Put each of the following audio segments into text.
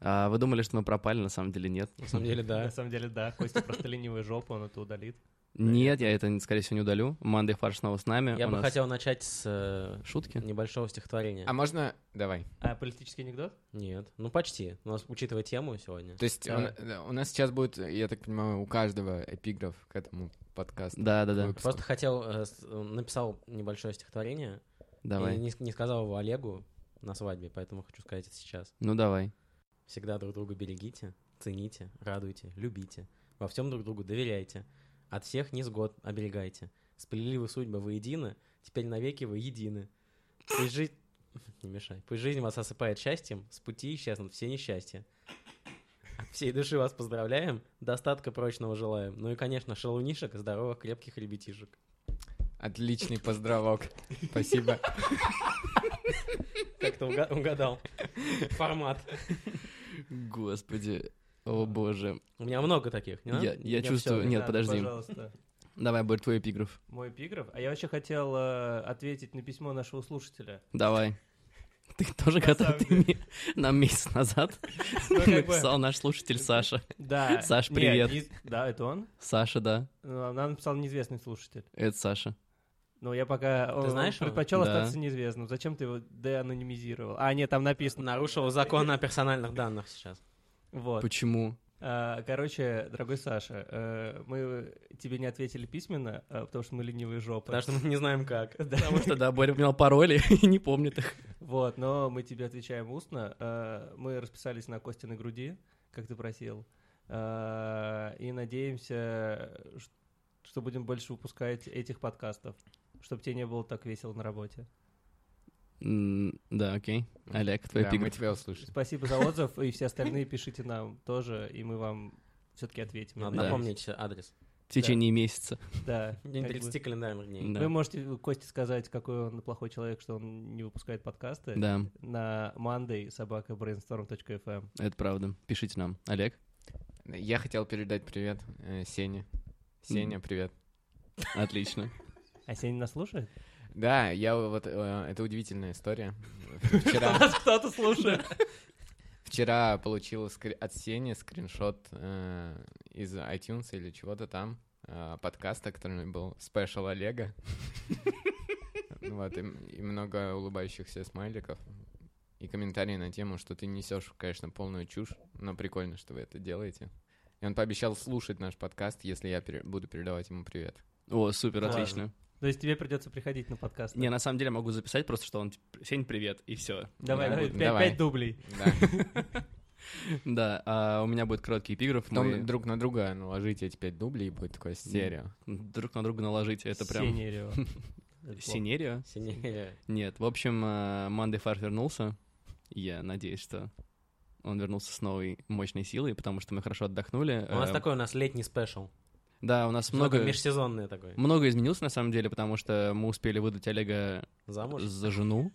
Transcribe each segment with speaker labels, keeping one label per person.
Speaker 1: А, Вы думали, что мы пропали, на самом деле нет.
Speaker 2: На самом деле, да.
Speaker 3: На самом деле, да. Костя просто ленивая жопа, он это удалит.
Speaker 1: Нет, я это, скорее всего, не удалю. Мандай Фарш снова с нами.
Speaker 4: Я
Speaker 1: У
Speaker 4: бы
Speaker 1: нас
Speaker 4: хотел начать с э,
Speaker 1: Шутки?
Speaker 4: небольшого стихотворения.
Speaker 2: А можно... Давай.
Speaker 3: А политический анекдот?
Speaker 4: Нет, ну почти. У нас, учитывая тему сегодня.
Speaker 2: То есть он- да, у нас сейчас будет, я так понимаю, у каждого эпиграф к этому подкасту.
Speaker 1: Да-да-да,
Speaker 2: выпуску.
Speaker 4: Просто хотел, э, с- э, написал небольшое стихотворение. И
Speaker 1: давай.
Speaker 4: не, с- не сказал его Олегу на свадьбе, поэтому хочу сказать это сейчас.
Speaker 1: Ну, давай.
Speaker 4: Всегда друг друга берегите, цените, радуйте, любите. Во всем друг другу доверяйте. От всех низгод оберегайте. Сплели вы судьбы воедино, теперь навеки вы едины. Пусть жизнь... Не мешай. Пусть жизнь вас осыпает счастьем, с пути исчезнут все несчастья. От всей души вас поздравляем, достатка прочного желаем. Ну и, конечно, шалунишек, здоровых, крепких ребятишек.
Speaker 2: Отличный поздравок. Спасибо.
Speaker 4: Как ты уга- угадал? Формат.
Speaker 1: Господи. О боже.
Speaker 4: У меня много таких, не надо?
Speaker 1: Я- я
Speaker 4: Мне
Speaker 1: чувствую,
Speaker 4: всё-
Speaker 1: Нет,
Speaker 3: Да,
Speaker 1: подожди.
Speaker 3: Пожалуйста.
Speaker 1: Давай, Борь, твой эпиграф.
Speaker 3: Мой эпиграф. А я вообще хотел э, ответить на письмо нашего слушателя.
Speaker 1: Давай. Ты тоже
Speaker 3: На
Speaker 1: готов?
Speaker 3: самом
Speaker 1: Ты мне- нам месяц назад
Speaker 3: Ну, как бы-
Speaker 1: написал наш слушатель Саша.
Speaker 3: Да.
Speaker 1: Саш,
Speaker 3: Не,
Speaker 1: привет.
Speaker 3: не- Да, это он.
Speaker 1: Саша, да.
Speaker 3: Ну, Нам написал неизвестный слушатель.
Speaker 1: Это Саша.
Speaker 3: Но я пока... э, он- он
Speaker 4: знаешь его?
Speaker 3: предпочел
Speaker 1: Да.
Speaker 3: остаться неизвестным. Зачем ты его деанонимизировал? А, нет, там написано.
Speaker 4: Нарушил закон о персональных данных сейчас.
Speaker 3: Вот.
Speaker 1: Почему?
Speaker 3: А, Короче, дорогой Саша, э, мы тебе не ответили письменно, а, потому что мы ленивые жопы.
Speaker 4: Потому что мы не знаем как.
Speaker 1: Потому что, да, Боря поменял пароли и не помнит их.
Speaker 3: Вот, но мы тебе отвечаем устно. Э, Мы расписались на Костиной груди, как ты просил. Э, И надеемся, ш- что будем больше выпускать этих подкастов, чтобы тебе не было так весело на работе.
Speaker 1: М, Да, окей. Олег, твой
Speaker 2: Да, мы
Speaker 1: эпиграф.
Speaker 2: тебя услышим.
Speaker 3: Спасибо за отзыв, и все остальные пишите нам тоже, и мы вам все-таки ответим.
Speaker 4: Надо
Speaker 1: Да.
Speaker 4: напомнить адрес.
Speaker 1: В течение месяца.
Speaker 3: Да.
Speaker 4: День
Speaker 3: как бы.
Speaker 4: 30 календарных дней.
Speaker 1: Да.
Speaker 3: Вы можете Косте сказать, какой он плохой человек, что он не выпускает подкасты
Speaker 1: Да,
Speaker 3: на monday собака brainstorm.fm.
Speaker 1: это правда. Пишите нам. Олег,
Speaker 2: Я хотел передать привет э, Сене. Сеня, привет.
Speaker 1: отлично.
Speaker 3: А Сеня нас слушает?
Speaker 2: Да, я вот... э, Это удивительная история. Вчера...
Speaker 3: Нас кто-то слушает.
Speaker 2: Вчера получил скри- от Сени скриншот э, из iTunes или чего-то там, э, подкаста, который был спешл Олега. Вот, и м- и много улыбающихся смайликов. И комментарии на тему, что ты несешь, конечно, полную чушь, но прикольно, что вы это делаете. И он пообещал слушать наш подкаст, если я пере- буду передавать ему привет.
Speaker 1: О, супер,
Speaker 3: Классно.
Speaker 1: отлично.
Speaker 3: То есть тебе придется приходить на подкаст.
Speaker 1: Не, на самом деле могу записать просто, что он типа, Сень, привет, и все.
Speaker 3: Давай,
Speaker 2: Да,
Speaker 3: давай,
Speaker 2: буду.
Speaker 3: пять-
Speaker 2: Давай.
Speaker 3: пять дублей.
Speaker 2: Да.
Speaker 1: Да, а у меня будет короткий эпиграф.
Speaker 2: Потом
Speaker 1: мы
Speaker 2: друг на друга наложите эти пять дублей, и будет такое стерео.
Speaker 1: друг на друга наложите. Это прям
Speaker 3: Синерево. Это плохо.
Speaker 1: синерия.
Speaker 4: Синее.
Speaker 1: Нет, в общем, э, Манды Фарш вернулся. Я надеюсь, что он вернулся с новой мощной силой, потому что мы хорошо отдохнули.
Speaker 4: У нас
Speaker 1: Э,
Speaker 4: такой у нас летний спешл.
Speaker 1: Да, у нас
Speaker 4: Много
Speaker 1: много...
Speaker 4: межсезонное такое.
Speaker 1: Много изменилось, на самом деле, потому что мы успели выдать Олега
Speaker 4: Замуж.
Speaker 1: за жену.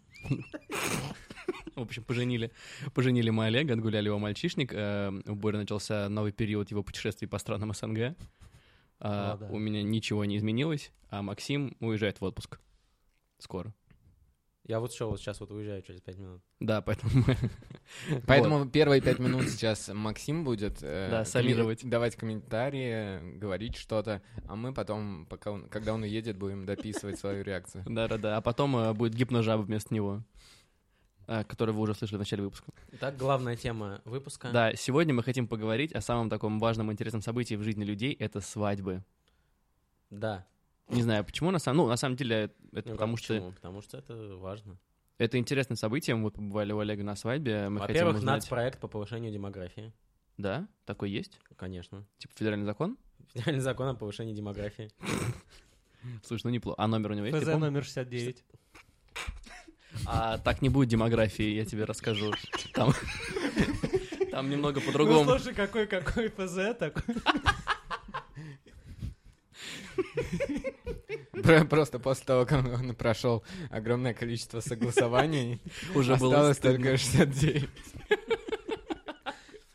Speaker 1: В общем, поженили. Поженили мы Олега, отгуляли его мальчишник. Э, У Бори начался новый период его путешествий по странам СНГ. А,
Speaker 3: О, да.
Speaker 1: У меня ничего не изменилось, а Максим уезжает в отпуск. Скоро.
Speaker 4: Я вот что, вот сейчас вот уезжаю через 5 минут.
Speaker 1: Да, поэтому мы...
Speaker 2: Поэтому первые пять минут сейчас Максим будет э,
Speaker 1: Да,
Speaker 2: коммен-
Speaker 1: солировать.
Speaker 2: давать комментарии, говорить что-то, а мы потом, пока он, когда он уедет, будем дописывать свою реакцию.
Speaker 1: Да-да-да. А потом э, будет гипножаба вместо него, э, который вы уже слышали в начале выпуска.
Speaker 4: Итак, главная тема выпуска.
Speaker 1: Да, сегодня мы хотим поговорить о самом таком важном и интересном событии в жизни людей — это свадьбы.
Speaker 4: Да.
Speaker 1: Не знаю, почему на самом, ну, на самом деле это
Speaker 4: Ну,
Speaker 1: потому
Speaker 4: как
Speaker 1: что
Speaker 4: почему? Потому что это важно.
Speaker 1: это интересное событие. Мы побывали у Олега на свадьбе. Мы хотим
Speaker 4: Во-первых,
Speaker 1: узнать-
Speaker 4: нацпроект по повышению демографии.
Speaker 1: Да, такой есть,
Speaker 4: Конечно.
Speaker 1: типа федеральный закон.
Speaker 4: Федеральный закон о повышении демографии.
Speaker 1: Слушай, ну неплохо. А номер у него есть?
Speaker 3: ФЗ
Speaker 1: Ты помнишь?
Speaker 3: номер 69.
Speaker 1: А так не будет демографии, я тебе расскажу. Там, там немного
Speaker 3: Ну
Speaker 1: по-другому.
Speaker 3: слушай, какой какой ФЗ такой.
Speaker 2: Про- Просто после того, как он прошел огромное количество согласований,
Speaker 1: Уже было
Speaker 2: осталось
Speaker 1: стыдно.
Speaker 2: только 69.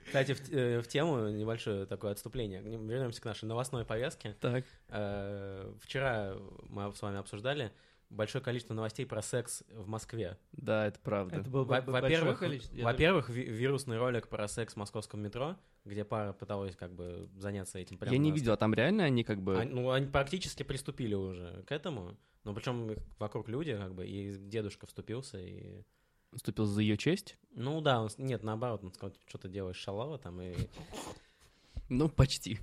Speaker 4: Кстати, в, э, в тему небольшое такое отступление. Вернемся к нашей новостной повестке.
Speaker 1: Так.
Speaker 4: Э, Вчера мы с вами обсуждали большое количество новостей про секс в Москве.
Speaker 1: Да, это правда.
Speaker 3: Это было бы
Speaker 4: Во-
Speaker 3: большое
Speaker 4: Во-первых,
Speaker 3: количество. Я
Speaker 4: во-первых, ви- вирусный ролик про секс в московском метро, где пара пыталась как бы заняться этим прямо.
Speaker 1: Я не
Speaker 4: на-
Speaker 1: видел, а там реально они как бы...
Speaker 4: Они- ну, они практически приступили уже к этому. Но причем вокруг люди, как бы, и дедушка вступился, и...
Speaker 1: вступил за ее честь?
Speaker 4: Ну да, он... с- Нет, наоборот, он сказал, типа, что ты делаешь шалава там, и...
Speaker 1: Ну, почти.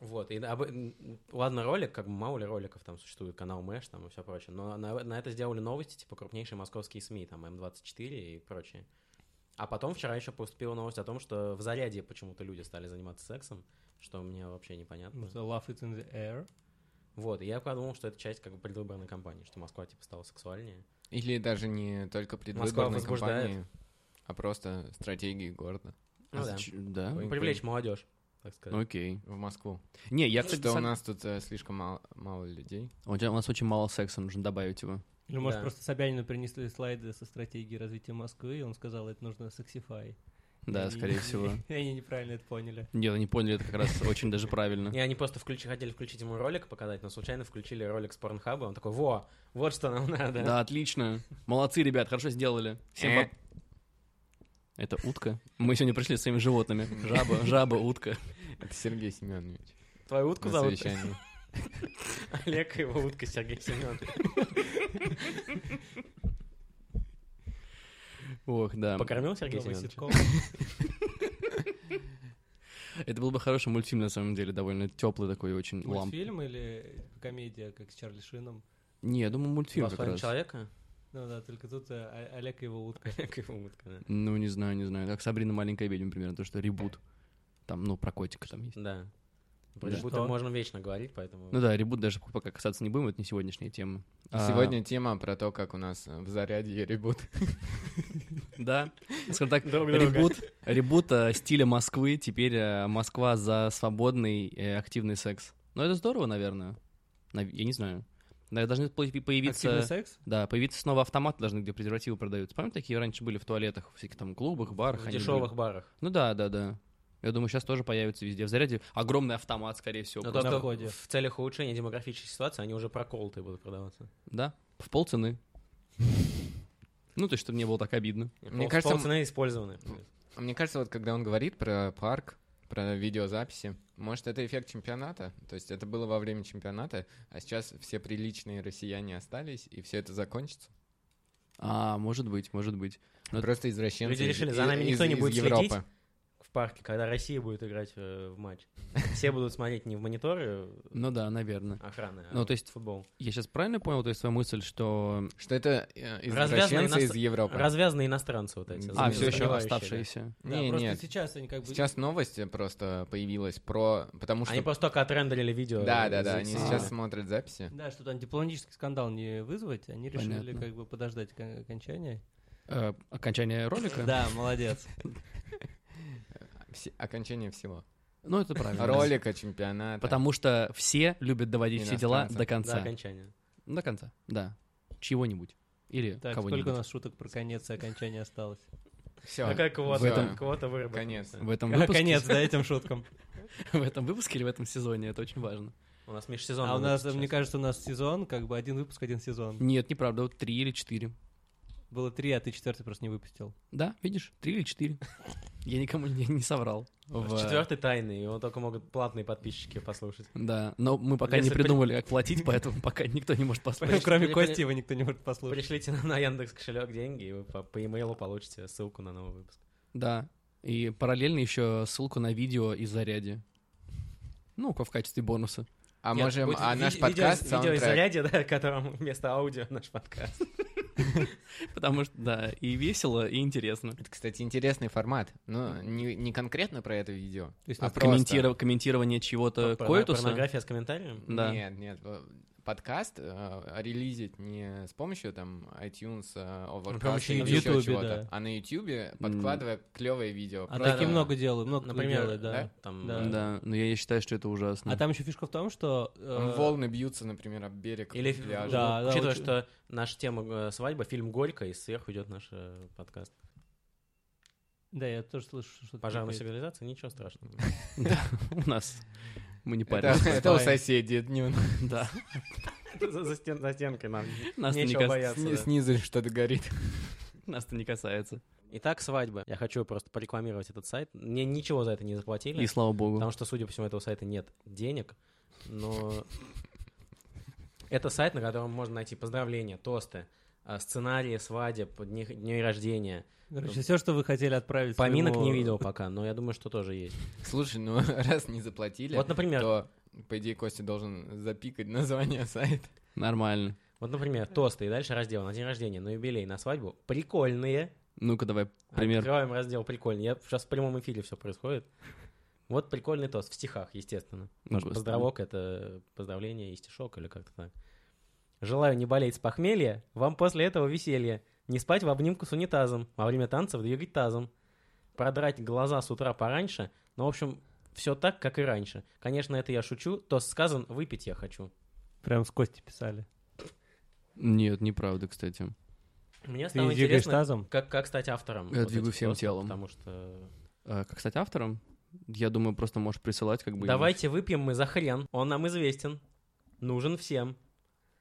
Speaker 4: Вот, и об- м, ладно, ролик, как бы мало ли роликов, там существует канал Мэш, там и все прочее, но на, на это сделали новости, типа, крупнейшие московские СМИ, там, М24 и прочее. А потом вчера еще поступила новость о том, что в Зарядье почему-то люди стали заниматься сексом, что мне вообще непонятно.
Speaker 3: Может, Love it in the air.
Speaker 4: Вот, и я подумал, что это часть как бы предвыборной кампании, что Москва, типа, стала сексуальнее.
Speaker 2: Или даже не только
Speaker 4: Москва
Speaker 2: предвыборной
Speaker 4: возбуждает.
Speaker 2: кампании, а просто стратегии города
Speaker 4: Ну
Speaker 1: А
Speaker 4: да.
Speaker 1: зач- да.
Speaker 4: Ну, Привлечь молодежь, так сказать.
Speaker 1: Окей.
Speaker 2: в Москву.
Speaker 1: Не, я, кстати,
Speaker 2: Что у
Speaker 1: сог-
Speaker 2: нас тут э, слишком мало, мало людей.
Speaker 1: У тебя- у нас очень мало секса, нужно добавить его.
Speaker 3: Или, может,
Speaker 4: Да.
Speaker 3: просто Собянину принесли слайды со стратегией развития Москвы, и он сказал, это нужно сексифай.
Speaker 1: Да,
Speaker 3: И-
Speaker 1: скорее всего.
Speaker 3: И они неправильно это поняли.
Speaker 1: Нет, они поняли это как раз очень даже правильно.
Speaker 4: Ну, И они просто включи- хотели включить ему ролик показать, но случайно включили ролик с Порнхаба, он такой, во, вот что нам надо.
Speaker 1: Да, отлично. Молодцы, ребят, хорошо сделали. Всем
Speaker 2: Э.
Speaker 1: воп- Это утка? Мы сегодня пришли с своими животными. Жаба, жаба, утка.
Speaker 2: Это Сергей Семенович.
Speaker 4: Твою утку
Speaker 2: На
Speaker 4: зовут?
Speaker 2: совещании.
Speaker 4: Олег и его утка Сергей Семен.
Speaker 1: Ох, да.
Speaker 4: Покормил Сергей
Speaker 3: Новый
Speaker 4: Семенович?
Speaker 3: ситком.
Speaker 1: Это был бы хороший мультфильм, на самом деле, довольно теплый такой, очень ламп.
Speaker 3: Мультфильм или комедия, как с Чарли Шином?
Speaker 1: Не, я думаю, мультфильм
Speaker 4: Два с
Speaker 1: как
Speaker 4: половиной
Speaker 1: раз.
Speaker 4: человека?
Speaker 3: Ну да, только тут э, О- Олег и его утка.
Speaker 4: Олег и его утка, да.
Speaker 1: Ну, не знаю, не знаю. Как Сабрина маленькая ведьма, например, то, что ребут. Там, ну, про котика там есть.
Speaker 4: Да.
Speaker 1: Да.
Speaker 4: Про будто
Speaker 3: Что?
Speaker 4: можно вечно говорить, поэтому...
Speaker 1: Ну да, ребут даже пока касаться не будем, это не сегодняшняя тема. А,
Speaker 2: Сегодня тема про то, как у нас э, в заряде ребут.
Speaker 1: А, Да, скажем так,
Speaker 4: Друг друга.
Speaker 1: ребут, ребут э, стиля Москвы, теперь э, Москва за свободный э, активный секс. Ну, это здорово, наверное. Нав- Я не знаю. Да, должны пла-
Speaker 3: Активный
Speaker 1: появиться...
Speaker 3: секс?
Speaker 1: Да, появиться снова автоматы должны, где презервативы продаются. Помните, такие раньше были в туалетах, в всяких там клубах, барах?
Speaker 4: В
Speaker 1: они были?
Speaker 4: дешевых барах.
Speaker 1: Ну да, да, да. Я думаю, сейчас тоже появится везде. В заряде огромный автомат, скорее всего.
Speaker 4: Но то,
Speaker 1: просто.
Speaker 3: на
Speaker 4: что
Speaker 3: входе.
Speaker 4: в целях улучшения демографической ситуации, они уже проколотые будут продаваться.
Speaker 1: Да, в полцены. Ну, то есть, чтобы не было так обидно.
Speaker 2: Мне
Speaker 4: Пол-
Speaker 2: кажется,
Speaker 4: полцены использованы.
Speaker 2: Мне кажется, вот когда он говорит про парк, про видеозаписи, может, это эффект чемпионата? То есть это было во время чемпионата, а сейчас все приличные россияне остались, и все это закончится?
Speaker 1: А, может быть, может быть. Ну,
Speaker 2: Просто извращенцы
Speaker 4: Люди
Speaker 2: из-
Speaker 4: решили,
Speaker 2: из-
Speaker 4: за нами
Speaker 2: из-
Speaker 4: никто не
Speaker 2: из
Speaker 4: будет
Speaker 2: Европы.
Speaker 4: следить. В парке, когда Россия будет играть э, в матч. Все будут смотреть не в мониторы э,
Speaker 1: Ну да, наверное.
Speaker 4: охраны, а
Speaker 1: Ну, то есть-
Speaker 4: футбол.
Speaker 1: Я сейчас правильно понял, то есть твоя мысль, что...
Speaker 2: Что это э,
Speaker 4: Развязанные
Speaker 2: извращенцы из
Speaker 4: иностран-
Speaker 2: Европы.
Speaker 4: Развязанные иностранцы вот эти.
Speaker 1: А,
Speaker 2: Замес-
Speaker 1: все еще
Speaker 4: заболевающие, да.
Speaker 1: оставшиеся.
Speaker 3: Да,
Speaker 2: Не,
Speaker 3: просто
Speaker 2: нет.
Speaker 3: сейчас они как бы...
Speaker 2: Сейчас новость просто появилась про... Потому что...
Speaker 4: Они просто только отрендерили видео. э, А.
Speaker 2: Да, да,
Speaker 4: из-
Speaker 2: да,
Speaker 4: из-
Speaker 2: они
Speaker 4: из-
Speaker 2: сейчас смотрят записи.
Speaker 3: Да, чтобы там дипломатический скандал не вызвать, они решили
Speaker 1: Понятно.
Speaker 3: как бы подождать кон- окончания.
Speaker 1: Э, окончание ролика?
Speaker 3: Да, молодец.
Speaker 2: Все- Окончание всего.
Speaker 1: Ну, это правильно.
Speaker 2: Ролика, чемпионата.
Speaker 1: Потому что все любят доводить все дела
Speaker 2: Иностранцев.
Speaker 1: до
Speaker 4: До
Speaker 1: конца.
Speaker 4: окончания.
Speaker 1: До конца, да. Чего-нибудь. Или
Speaker 3: Так, сколько у
Speaker 1: кого-нибудь.
Speaker 3: нас шуток про конец и окончание осталось?
Speaker 2: Все.
Speaker 4: Какая
Speaker 2: в
Speaker 4: А квота?
Speaker 2: этом-
Speaker 4: Квота выработана.
Speaker 2: Конец.
Speaker 1: В этом,
Speaker 3: А,
Speaker 1: выпуске,
Speaker 3: Конец, да, этим шуткам.
Speaker 1: в этом выпуске или в этом сезоне, это очень важно.
Speaker 4: У нас межсезонный.
Speaker 3: А у нас,
Speaker 4: выпуск
Speaker 3: мне
Speaker 4: сейчас.
Speaker 3: кажется, у нас сезон, как бы один выпуск, один сезон.
Speaker 1: Нет, неправда, вот три или четыре.
Speaker 3: Было три, а ты четвертый просто не выпустил.
Speaker 1: Да, видишь, три или четыре. Я никому не, не соврал. В-
Speaker 4: Четвертый тайный, его только могут платные подписчики послушать.
Speaker 1: Да, но мы пока не
Speaker 4: Если при-
Speaker 1: придумали, как платить, поэтому пока никто не может
Speaker 3: Ну,
Speaker 1: поспорить.
Speaker 3: Кроме
Speaker 4: при-
Speaker 3: Кости его никто не может послушать.
Speaker 4: Пришлите на, Яндекс кошелек деньги, и вы по, по e-mail получите ссылку на новый выпуск.
Speaker 1: Да. И параллельно еще ссылку на видео из заряди. Ну, в качестве бонуса.
Speaker 2: А
Speaker 4: Я-
Speaker 2: можем...
Speaker 4: будет
Speaker 2: А
Speaker 4: ви-
Speaker 2: наш
Speaker 4: видео-
Speaker 2: подкаст,
Speaker 4: Видео из
Speaker 2: саундтрек.
Speaker 4: заряде, да, которому вместо аудио наш подкаст.
Speaker 1: Потому что, да, и весело, и интересно.
Speaker 2: Это, кстати, интересный формат. Но не, не конкретно про это видео.
Speaker 3: То есть ну,
Speaker 2: а
Speaker 3: нас
Speaker 2: просто-
Speaker 1: Комментиров- Комментирование чего-то
Speaker 4: Про-
Speaker 1: коэтуса.
Speaker 4: Порнография с комментарием.
Speaker 1: Да.
Speaker 2: Нет, нет. э, Подкаст э, релизить не с помощью там iTunes, э, Overcast
Speaker 4: помощью
Speaker 2: или
Speaker 4: YouTube,
Speaker 2: еще
Speaker 3: да.
Speaker 2: чего-то, а на YouTube, подкладывая клевое видео.
Speaker 4: А
Speaker 2: Просто-
Speaker 3: Такие
Speaker 4: да.
Speaker 3: много делают, много кто
Speaker 4: Например,
Speaker 3: делает, да.
Speaker 4: Там,
Speaker 3: Да.
Speaker 1: Да, но я считаю, что это ужасно.
Speaker 3: А там еще фишка в том, что...
Speaker 2: Там
Speaker 3: э,
Speaker 2: волны бьются, например, об берег
Speaker 4: Или
Speaker 2: пляжа.
Speaker 3: Да,
Speaker 4: ну,
Speaker 3: да,
Speaker 4: учитывая,
Speaker 3: очень-
Speaker 4: что наша тема э, свадьба, фильм Горько, и сверху идет наш э, подкаст.
Speaker 3: Да, я тоже слышу, что...
Speaker 4: Пожарная сигнализация, ничего страшного.
Speaker 1: Да, у нас мы не
Speaker 2: Это,
Speaker 1: паримся.
Speaker 2: это у соседей днем.
Speaker 1: Да.
Speaker 4: За за стен- за стенкой нам
Speaker 1: Нас-то не,
Speaker 4: нечего
Speaker 1: кас-
Speaker 4: бояться. да.
Speaker 2: Снизу что-то горит.
Speaker 1: нас-то не касается.
Speaker 4: Итак, свадьбы. Я хочу просто порекламировать этот сайт. Мне ничего за это не заплатили.
Speaker 1: И слава богу.
Speaker 4: Потому что, судя по всему, этого сайта нет денег, но это сайт, на котором можно найти поздравления, тосты, а, сценарии свадеб, дни- дней рождения.
Speaker 3: Короче, все, что вы хотели отправить
Speaker 4: Поминок
Speaker 3: своему-
Speaker 4: не видел пока, но я думаю, что тоже есть.
Speaker 2: Слушай, ну раз не заплатили,
Speaker 4: Вот, например,
Speaker 2: то, по идее, Костя должен запикать название сайта.
Speaker 1: Нормально.
Speaker 4: вот, например, тосты и дальше раздел на день рождения, на юбилей, на свадьбу. Прикольные.
Speaker 1: Ну-ка, давай
Speaker 3: А
Speaker 1: пример.
Speaker 4: Открываем раздел прикольный. Я сейчас в прямом эфире все происходит. Вот прикольный тост в стихах, естественно.
Speaker 1: Ну,
Speaker 4: Потому что
Speaker 1: господи.
Speaker 4: Поздравок — это поздравление и стишок или как-то так. Желаю не болеть с похмелья, вам после этого веселье. Не спать в обнимку с унитазом, во время танцев двигать тазом. Продрать глаза с утра пораньше. Ну, в общем, все так, как и раньше. Конечно, это я шучу, тост сказан, выпить я хочу.
Speaker 3: Прям с кости писали.
Speaker 1: Нет, неправда, кстати.
Speaker 4: Мне
Speaker 3: Ты
Speaker 4: стало
Speaker 3: двигаешь
Speaker 4: интересно,
Speaker 3: тазом?
Speaker 4: как, как стать автором.
Speaker 1: Я
Speaker 4: вот
Speaker 1: двигаю
Speaker 4: этих
Speaker 1: всем
Speaker 4: тостов,
Speaker 1: телом.
Speaker 4: Потому что
Speaker 1: А, как стать автором? Я думаю, просто можешь присылать как бы...
Speaker 4: Давайте выпьем мы за хрен. Он нам известен. Нужен всем.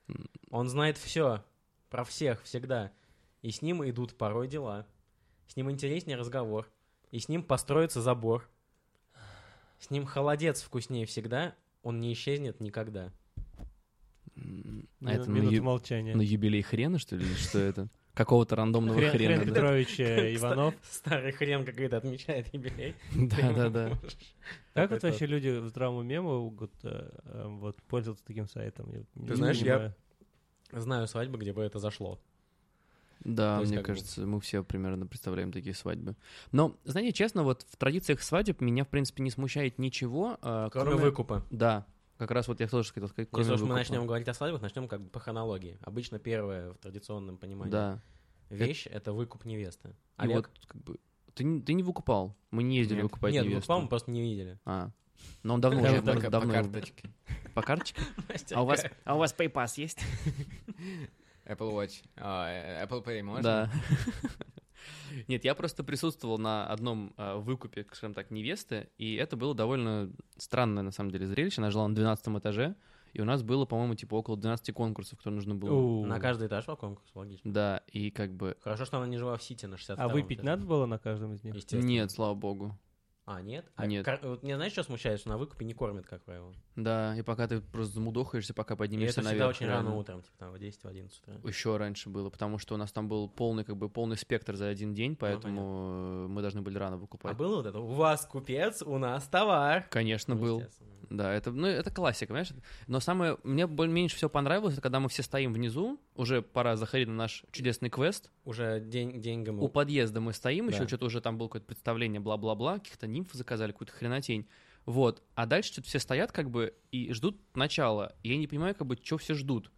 Speaker 1: М.
Speaker 4: Он знает все. Про всех всегда. И с ним идут порой дела. С ним интереснее разговор. И с ним построится забор. С ним холодец вкуснее всегда. Он не исчезнет никогда.
Speaker 1: М, А
Speaker 3: Мину-
Speaker 1: это ну, на,
Speaker 3: Минуту
Speaker 1: ю-
Speaker 3: молчания.
Speaker 1: на юбилей хрена, что ли, или что это? Какого-то рандомного
Speaker 3: Хрен- Хрен
Speaker 1: хрена. да?
Speaker 3: Петрович э, Иванов.
Speaker 4: Старый хрен, как это отмечает юбилей.
Speaker 1: Да, да, да.
Speaker 3: Как
Speaker 4: Такой
Speaker 3: вот вообще люди в здравому мему могут э, э, вот, пользоваться таким сайтом? Я не
Speaker 2: знаешь, я-
Speaker 3: понимаю.
Speaker 4: Знаю свадьбы, где бы это зашло.
Speaker 1: Да,
Speaker 4: То есть
Speaker 1: мне
Speaker 4: как бы-
Speaker 1: кажется, мы все примерно представляем такие свадьбы. Но, знаете, честно, вот в традициях свадеб меня, в принципе, не смущает ничего, а,
Speaker 4: Кроме,
Speaker 1: кроме...
Speaker 4: выкупа.
Speaker 1: Да, как раз вот я тоже хотел сказать, кроме
Speaker 4: Если уж мы
Speaker 1: выкупа.
Speaker 4: начнем говорить о свадьбах, начнем как бы по хронологии. Обычно первое в традиционном понимании.
Speaker 1: Да.
Speaker 4: Вещь — это выкуп невесты.
Speaker 1: И
Speaker 4: Олег?
Speaker 1: вот, как бы, ты, не- ты не выкупал. Мы не ездили
Speaker 2: Нет.
Speaker 1: выкупать
Speaker 4: А Нет,
Speaker 1: невесту.
Speaker 4: выкупал мы просто не видели.
Speaker 1: А. Но он давно
Speaker 3: Да,
Speaker 1: уже,
Speaker 3: вот
Speaker 1: может,
Speaker 2: Только по
Speaker 1: давно его-
Speaker 2: карточке.
Speaker 1: По карточке? А у вас, а у вас PayPass есть?
Speaker 2: Apple Watch. А, э, Apple Pay можно?
Speaker 1: Да. Нет, я просто присутствовал на одном э, выкупе, скажем так, невесты, и это было довольно странное, на самом деле, зрелище. Она жила на 12 этаже, и у нас было, по-моему, типа около 12 конкурсов, кто нужно было.
Speaker 3: У.
Speaker 4: На каждый этаж по конкурсу, логично.
Speaker 1: Да, и как бы...
Speaker 4: Хорошо, что она не жила в Сити на 60
Speaker 3: А выпить надо было на каждом из них?
Speaker 4: Естественно.
Speaker 1: Нет, слава богу.
Speaker 4: А, нет? А
Speaker 1: Нет.
Speaker 4: кор- Вот мне знаешь, что смущает? Что на выкупе не кормят, как правило.
Speaker 1: Да, и пока ты просто замудохаешься, пока
Speaker 4: И это
Speaker 1: поднимешься
Speaker 4: всегда
Speaker 1: наверх.
Speaker 4: очень
Speaker 1: реально.
Speaker 4: рано утром, типа там в 10 в 11 утра.
Speaker 1: Еще раньше было, потому что у нас там был полный, как бы, полный спектр за один день, поэтому э, мы должны были рано
Speaker 4: Ну, А
Speaker 1: выкупать.
Speaker 4: было вот это? У вас купец, у нас товар.
Speaker 1: Конечно,
Speaker 4: Ну,
Speaker 1: был.
Speaker 4: естественно.
Speaker 1: Да, это, ну, это классика, понимаешь? Но самое, мне более, меньше всего понравилось, это когда мы все стоим внизу, уже пора заходить на наш чудесный квест.
Speaker 4: Уже день, деньгам.
Speaker 1: У подъезда мы стоим, еще
Speaker 4: Да.
Speaker 1: что-то уже там было какое-то представление, бла-бла-бла, каких-то нимф заказали, какую-то хренотень. Вот. А дальше что-то все стоят, как бы, и ждут начала. И я не понимаю, как бы, что все ждут.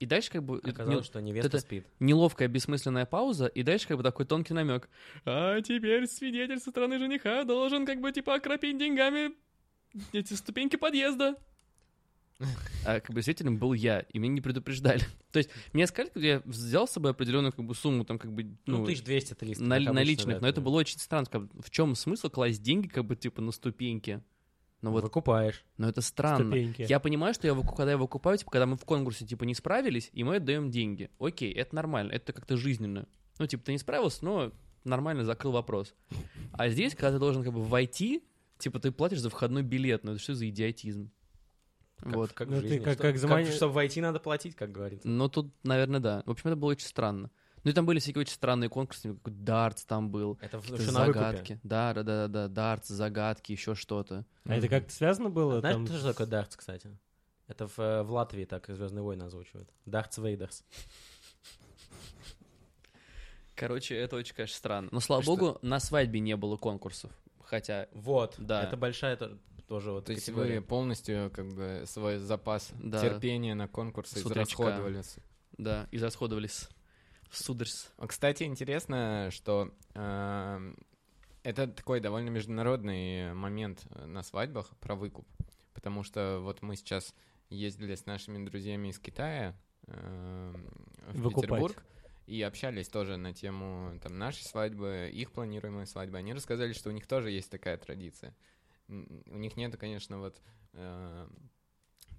Speaker 1: И дальше, как бы, это не-
Speaker 4: Оказалось, что невеста
Speaker 1: это-
Speaker 4: спит.
Speaker 1: неловкая, бессмысленная пауза, и дальше, как бы, такой тонкий намек. А теперь свидетель со стороны жениха должен, как бы, типа, окропить деньгами эти ступеньки подъезда. А как бы свидетелем был я, и меня не предупреждали. То есть мне сказали, как бы, я взял с собой определенную как бы сумму, там как бы
Speaker 4: Ну,
Speaker 1: ну,
Speaker 4: 1200-300.
Speaker 1: на-
Speaker 4: как обычно,
Speaker 1: наличных,
Speaker 4: да,
Speaker 1: но это
Speaker 4: ты
Speaker 1: было очень странно. как бы, в чем смысл класть деньги как бы типа на ступеньки? Ну вот,
Speaker 4: Выкупаешь.
Speaker 1: но это странно.
Speaker 3: Ступеньки.
Speaker 1: Я понимаю, что я выку- когда я выкупаю, типа, когда мы в конкурсе, типа, не справились, и мы отдаем деньги. Окей, это нормально, это как-то жизненно. Ну, типа, ты не справился, но нормально закрыл вопрос. А здесь, когда ты должен как бы войти, типа, ты платишь за входной билет, ну это что за идиотизм?
Speaker 4: Как,
Speaker 1: вот.
Speaker 4: Как в
Speaker 3: Ну, ты
Speaker 4: жизни.
Speaker 3: как-
Speaker 4: Что-
Speaker 3: как замани-
Speaker 4: Чтобы войти, надо платить, как говорится.
Speaker 1: Но Ну, тут, наверное, да. В общем, это было очень странно. Ну и там были всякие очень странные конкурсы, какой дартс там был,
Speaker 4: Это в-
Speaker 1: какие-то
Speaker 4: что Ну, на выкупе.
Speaker 1: загадки. Да, да, да, да, дартс, загадки, еще что-то.
Speaker 3: А это как-то связано было?
Speaker 4: Знаешь,
Speaker 3: там
Speaker 4: что
Speaker 3: с-
Speaker 4: такое дартс, кстати? Это в, э, в Латвии так Звездные войны озвучивают. Дартс Вейдерс.
Speaker 1: Короче, это очень, конечно, странно. Но, слава
Speaker 2: Что-
Speaker 1: богу, на свадьбе не было конкурсов. Хотя
Speaker 4: Вот.
Speaker 1: Да.
Speaker 4: Это большая то- тоже вот
Speaker 2: То есть
Speaker 4: категория.
Speaker 2: вы полностью как бы свой запас
Speaker 1: Да.
Speaker 2: терпения на конкурсы
Speaker 1: С утречка.
Speaker 2: израсходовали.
Speaker 1: Да, израсходовались сударс.
Speaker 2: А, Кстати, интересно, что эм, это такой довольно международный момент э, на свадьбах про выкуп, потому что вот мы сейчас ездили с нашими друзьями из Китая эм, в
Speaker 3: Выкупать.
Speaker 2: Петербург и общались тоже на тему там нашей свадьбы, их планируемой свадьбы. Они рассказали, что у них тоже есть такая традиция. М, У них нету, конечно, вот э,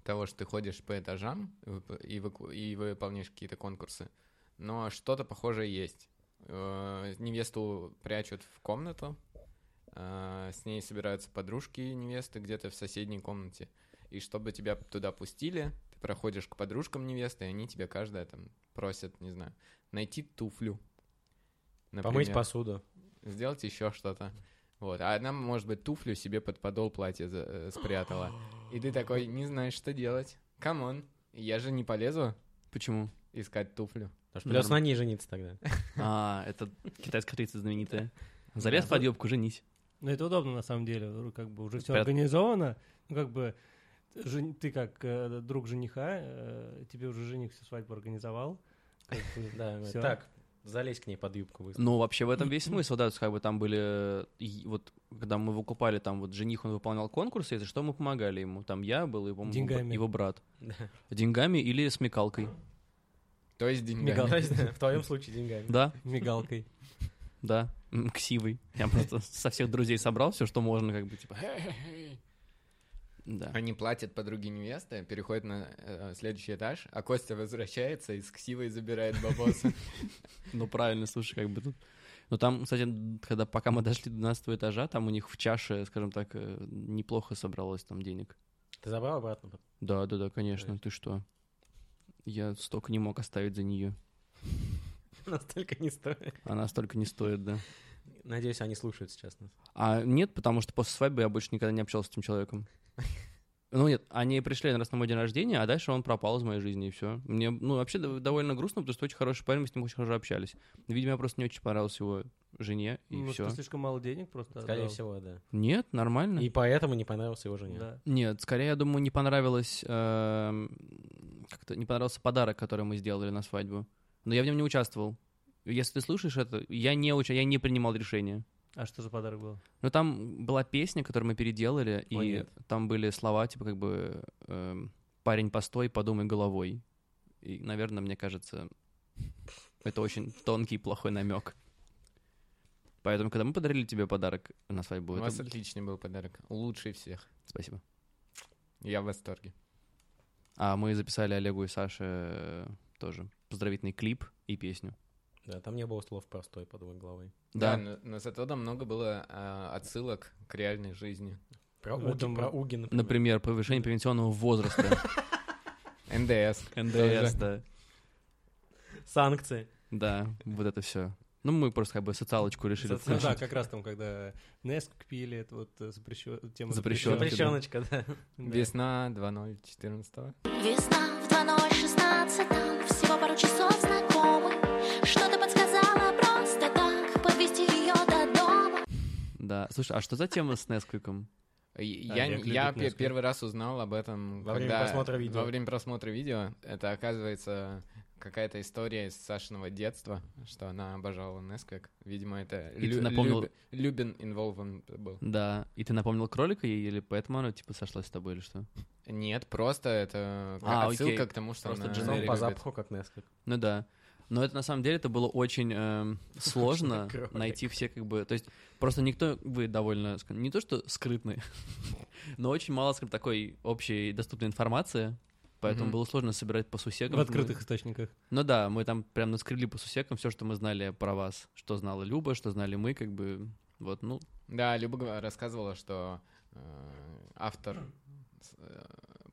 Speaker 2: того, что ты ходишь по этажам и вып- и, выку- и выполняешь какие-то конкурсы, но что-то похожее есть. Э, Невесту прячут в комнату, э, с ней собираются подружки невесты где-то в соседней комнате. И чтобы тебя туда пустили, ты проходишь к подружкам невесты, и они тебя каждая там просят, не знаю, найти туфлю.
Speaker 4: Помыть
Speaker 2: например
Speaker 4: посуду.
Speaker 2: сделать еще что-то. Вот. А она, может быть, туфлю себе под подол платья за- э, спрятала. И ты такой, не знаешь, что делать. Камон, я же не полезу
Speaker 1: Почему?
Speaker 2: искать туфлю.
Speaker 4: Потому что придется на
Speaker 1: Норм.
Speaker 4: ней жениться тогда.
Speaker 1: А, это китайская актриса знаменитая. Залез
Speaker 3: Да.
Speaker 1: под юбку, женись.
Speaker 3: Ну, это удобно, на самом деле. Ну, Как бы уже все
Speaker 1: Пят-
Speaker 3: организовано. Ну, как бы жен- ты как э, друг жениха, э, тебе уже жених всю свадьбу организовал. Как бы,
Speaker 4: Да,
Speaker 3: всё.
Speaker 4: так, залезь к ней под юбку быстро.
Speaker 1: Ну, вообще в этом весь смысл, да, то есть как бы там были, э, и вот когда мы выкупали там вот жених, он выполнял конкурс, если что, мы помогали ему. Там я был, и, по-моему, бра-
Speaker 3: Деньгами.
Speaker 1: его брат.
Speaker 4: Да.
Speaker 1: Деньгами или смекалкой.
Speaker 2: То есть деньгами.
Speaker 3: Мигал.
Speaker 4: То есть, В твоем случае деньгами.
Speaker 1: Да,
Speaker 3: Мигалкой.
Speaker 1: да, м, ксивой. Я просто со всех друзей собрал все, что можно, как бы, типа, да.
Speaker 2: Они платят подруге невесты, переходят на э, следующий этаж, а Костя возвращается и с ксивой забирает бабосы.
Speaker 1: Ну, правильно, слушай, как бы тут... Ну, там, кстати, когда пока мы дошли до 12 этажа, там у них в чаше, скажем так, э, неплохо собралось там денег.
Speaker 4: Ты забрал обратно?
Speaker 1: Да, да, да, конечно,
Speaker 4: Жесть.
Speaker 1: ты что? Я столько не мог оставить за нее.
Speaker 4: Настолько не стоит.
Speaker 1: Она столько не стоит, да.
Speaker 4: Надеюсь, они слушают сейчас нас.
Speaker 1: А нет, потому что после свадьбы я больше никогда не общался с этим человеком. Ну нет, они пришли один раз на мой день рождения, а дальше он пропал из моей жизни, и все. Мне, ну, вообще дов- довольно грустно, потому что очень хороший парень, мы с ним очень хорошо общались. Видимо, я просто не очень понравился его жене, и
Speaker 3: Может,
Speaker 1: все.
Speaker 3: ты Ну, слишком мало денег просто
Speaker 4: Скорее
Speaker 3: отдал?
Speaker 4: всего, да.
Speaker 1: Нет, нормально.
Speaker 4: И поэтому не понравился его жене.
Speaker 3: Да.
Speaker 1: Нет, скорее, я думаю, не понравилось... эм, как-то не понравился подарок, который мы сделали на свадьбу. Но я в нем не участвовал. Если ты слушаешь это, я не, уча- я не принимал решения.
Speaker 3: А что за подарок был?
Speaker 1: Ну, там была песня, которую мы переделали,
Speaker 4: Ой,
Speaker 1: и
Speaker 4: нет.
Speaker 1: там были слова, типа, как бы, эм, «Парень, постой, подумай головой». И, наверное, мне кажется, это очень тонкий и плохой намек. Поэтому, когда мы подарили тебе подарок на
Speaker 2: У
Speaker 1: свадьбу,
Speaker 4: Ну,
Speaker 1: это-
Speaker 2: вас отличный был подарок. Лучший всех.
Speaker 1: спасибо.
Speaker 2: Я в восторге.
Speaker 1: А мы записали Олегу и Саше э, тоже поздравительный клип и песню.
Speaker 4: Да, там не было слов простой под его головой.
Speaker 1: Да.
Speaker 2: но, но зато там много было а, отсылок к реальной жизни.
Speaker 4: Про
Speaker 3: В
Speaker 4: Уги,
Speaker 3: этом-
Speaker 4: про Уги, например.
Speaker 1: Например, повышение пенсионного возраста.
Speaker 2: НДС.
Speaker 1: НДС, да.
Speaker 4: Санкции.
Speaker 1: Да, вот это все. Ну, мы просто как бы социалочку решили
Speaker 4: Социал-
Speaker 3: Ну
Speaker 1: включить.
Speaker 3: да, как раз там, когда Неск пили, это вот э, запрещен... тема
Speaker 1: Запрещенки,
Speaker 3: запрещёнки.
Speaker 4: Запрещеночка, да.
Speaker 3: Да.
Speaker 2: Весна 2014
Speaker 5: Весна в 2016, там всего пару часов знакомы. Что-то подсказала просто так, подвести ее до дома.
Speaker 1: Да. Слушай, а что за тема с Несквиком?
Speaker 2: Я,
Speaker 3: А,
Speaker 2: Э, я,
Speaker 3: Олег любит
Speaker 2: я пе-
Speaker 3: Несквик.
Speaker 2: первый раз узнал об этом
Speaker 4: Во время
Speaker 2: когда-
Speaker 4: просмотра видео.
Speaker 2: Во время просмотра видео это оказывается какая-то история из Сашиного детства, что она обожала Несквик. Видимо, это
Speaker 1: И ты напомнил-
Speaker 2: Любин инволвен был.
Speaker 1: Да. И ты напомнил кролика ей, или поэтому она типа сошлась с тобой, или что?
Speaker 2: Нет, просто это
Speaker 1: А,
Speaker 2: отсылка
Speaker 1: окей.
Speaker 2: к тому, что
Speaker 1: Просто
Speaker 2: она
Speaker 1: Дженерик.
Speaker 4: Ну,
Speaker 2: любит.
Speaker 4: По запаху как несколько.
Speaker 1: Ну да. Но это на самом деле это было очень эм, сложно
Speaker 4: Кролик.
Speaker 1: найти все как бы... То есть просто никто, вы довольно, ск- не то что скрытный, но очень мало, скажем, такой общей доступной информации, поэтому
Speaker 2: Мгм.
Speaker 1: было сложно собирать по сусекам.
Speaker 3: В открытых источниках.
Speaker 1: Мы- Ну да, мы там прям наскребли по сусекам все, что мы знали про вас, что знала Люба, что знали мы, как бы... Вот, ну,
Speaker 2: Да, Люба гва- рассказывала, что э, автор с- э,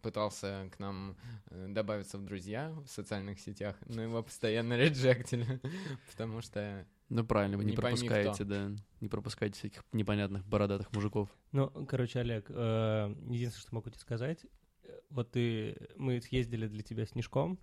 Speaker 2: пытался к нам э, добавиться в друзья в социальных сетях, но его постоянно реджектили, потому что
Speaker 1: ну правильно, вы не,
Speaker 2: Не пойми кто.
Speaker 1: пропускаете, да. Не пропускаете всяких непонятных бородатых мужиков.
Speaker 3: Ну, короче, Олег, э, единственное, что могу тебе сказать, э, вот ты, мы съездили для тебя снежком,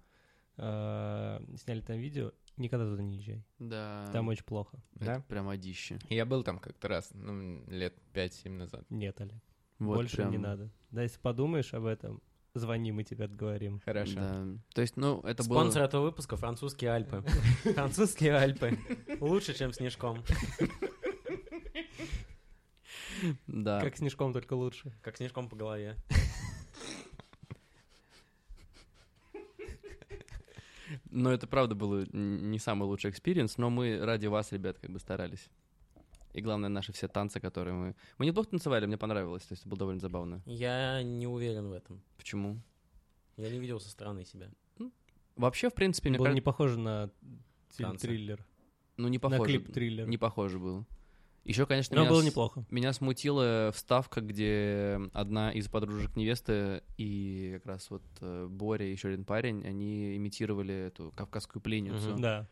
Speaker 3: э, сняли там видео, никогда туда не езжай,
Speaker 1: Да.
Speaker 3: там очень плохо.
Speaker 1: Это
Speaker 2: Да?
Speaker 1: прям одище.
Speaker 2: Я был там как-то раз, ну, лет 5-7 назад.
Speaker 3: Нет, Олег,
Speaker 1: Вот
Speaker 3: больше
Speaker 1: прям,
Speaker 3: не надо. Да, если подумаешь об этом, звони, мы тебя отговорим.
Speaker 2: Хорошо.
Speaker 1: да. То есть, ну, это
Speaker 4: Спонсор
Speaker 1: было...
Speaker 4: этого выпуска — французские Альпы. Французские Альпы. Лучше, чем снежком.
Speaker 1: Да.
Speaker 3: Как снежком, только лучше.
Speaker 4: Как снежком по голове.
Speaker 1: Но это правда было н- не самый лучший экспириенс, но мы ради вас, ребят, как бы старались. И главное, наши все танцы, которые мы... Мы неплохо танцевали, мне понравилось, то есть это было довольно забавно.
Speaker 4: Я не уверен в этом.
Speaker 1: Почему?
Speaker 4: Я не видел со стороны себя.
Speaker 1: Вообще, в принципе, мне
Speaker 3: Было не
Speaker 1: кажется,
Speaker 3: похоже на фильм
Speaker 4: Танцы.
Speaker 3: триллер.
Speaker 1: ну не
Speaker 3: На
Speaker 1: похоже.
Speaker 3: клип триллер.
Speaker 1: Не похоже было. Еще, конечно,
Speaker 3: Но
Speaker 1: меня
Speaker 3: было
Speaker 1: с-
Speaker 3: неплохо.
Speaker 1: Меня смутила вставка, где одна из подружек невесты и как раз вот э, Боря и еще один парень, они имитировали эту кавказскую пленницу.
Speaker 4: Мгм.
Speaker 3: Да.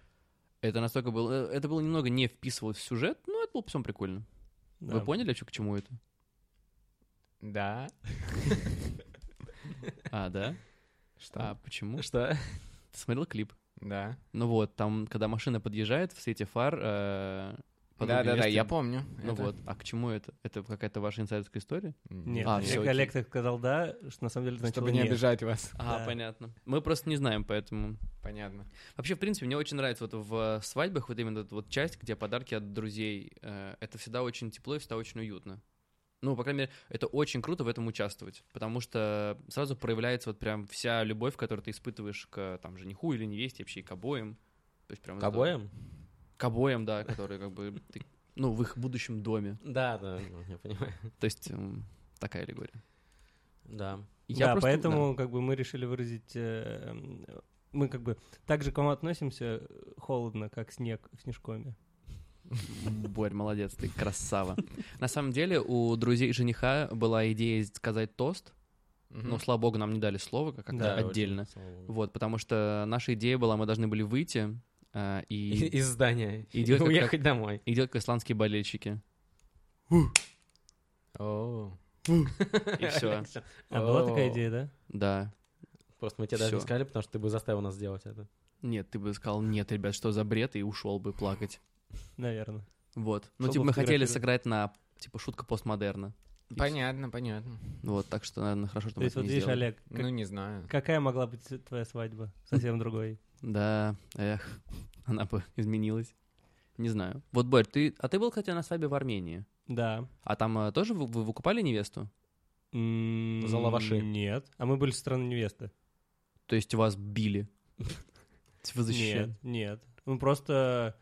Speaker 1: Это настолько было... э, Это было немного не вписывалось в сюжет, но это было всем прикольно.
Speaker 3: да.
Speaker 1: Вы поняли, чё- к чему это?
Speaker 2: Да.
Speaker 1: А, да? А,
Speaker 2: Что?
Speaker 1: почему?
Speaker 4: Что?
Speaker 1: Ты смотрел клип?
Speaker 2: Да.
Speaker 1: Ну вот, там, когда машина подъезжает в свете фар... э, подруга
Speaker 2: Да, да, да,
Speaker 1: невесты-
Speaker 2: я помню.
Speaker 1: Ну
Speaker 2: это.
Speaker 1: вот, а к чему это? Это какая-то ваша инсайдерская история?
Speaker 3: Нет,
Speaker 1: А,
Speaker 3: Олег,
Speaker 1: всё, окей.
Speaker 3: Олег так сказал да, что на самом деле значило
Speaker 2: Чтобы не
Speaker 3: нет.
Speaker 2: обижать вас.
Speaker 1: А,
Speaker 3: Да.
Speaker 1: понятно. Мы просто не знаем, поэтому...
Speaker 2: Понятно.
Speaker 1: Вообще, в принципе, мне очень нравится вот в свадьбах вот именно эта вот часть, где подарки от друзей. Э, Это всегда очень тепло и всегда очень уютно. Ну, по крайней мере, это очень круто в этом участвовать, потому что сразу проявляется вот прям вся любовь, которую ты испытываешь к там жениху или невесте, вообще и к обоим. То есть прям
Speaker 4: К
Speaker 1: это-
Speaker 4: обоим?
Speaker 1: К обоим, да, которые как бы ты- ну, в их будущем доме.
Speaker 4: Да, да, ну, я понимаю.
Speaker 1: То есть эм, такая аллегория.
Speaker 4: Да.
Speaker 1: Я
Speaker 3: да,
Speaker 1: просто-
Speaker 3: поэтому как бы мы решили выразить... э, м, мы как бы так же к вам относимся э, холодно, как снег в снежкоме.
Speaker 1: Борь, молодец, ты красава. На самом деле у друзей жениха была идея сказать тост, но,
Speaker 2: Мгм.
Speaker 1: Ну, слава богу, нам не дали слово как
Speaker 3: Да,
Speaker 1: отдельно.
Speaker 4: очень, слава богу.
Speaker 1: Вот, потому что наша идея была, мы должны были выйти а,
Speaker 4: И-
Speaker 1: и,
Speaker 4: Из здания.
Speaker 1: И делать как-
Speaker 4: уехать домой.
Speaker 1: и делать как исландские болельщики.
Speaker 2: О,
Speaker 1: И все,
Speaker 3: А была такая
Speaker 2: О.
Speaker 3: идея, да?
Speaker 1: да.
Speaker 4: Просто мы тебе даже не
Speaker 1: Всё.
Speaker 4: сказали, потому что ты бы заставил нас сделать это.
Speaker 1: Нет, ты бы сказал, нет, ребят, что за бред, и ушел бы плакать.
Speaker 3: Наверное.
Speaker 1: Вот. Ну,
Speaker 3: Чтобы
Speaker 1: типа, мы хотели
Speaker 3: фотографировать.
Speaker 1: сыграть на, типа, шутка постмодерна. И
Speaker 2: Понятно, понятно.
Speaker 1: всё. Вот, так что, наверное, хорошо, что
Speaker 3: То
Speaker 1: мы
Speaker 3: есть
Speaker 1: Ну, это
Speaker 3: вот
Speaker 1: не
Speaker 3: видишь,
Speaker 1: сделали.
Speaker 3: Олег, как-
Speaker 2: Ну, не знаю.
Speaker 3: какая могла быть твоя свадьба? Совсем другой.
Speaker 1: Да, эх, она бы изменилась. Не знаю. Вот, Борь, ты... А ты был, кстати, на свадьбе в Армении.
Speaker 3: Да.
Speaker 1: А там э, тоже вы, вы выкупали невесту?
Speaker 3: М,
Speaker 4: За лаваши.
Speaker 3: М-м, Нет. А мы были со стороны невесты.
Speaker 1: То есть вас били? Типа, Вы защищали?
Speaker 3: Нет, нет. Ну, просто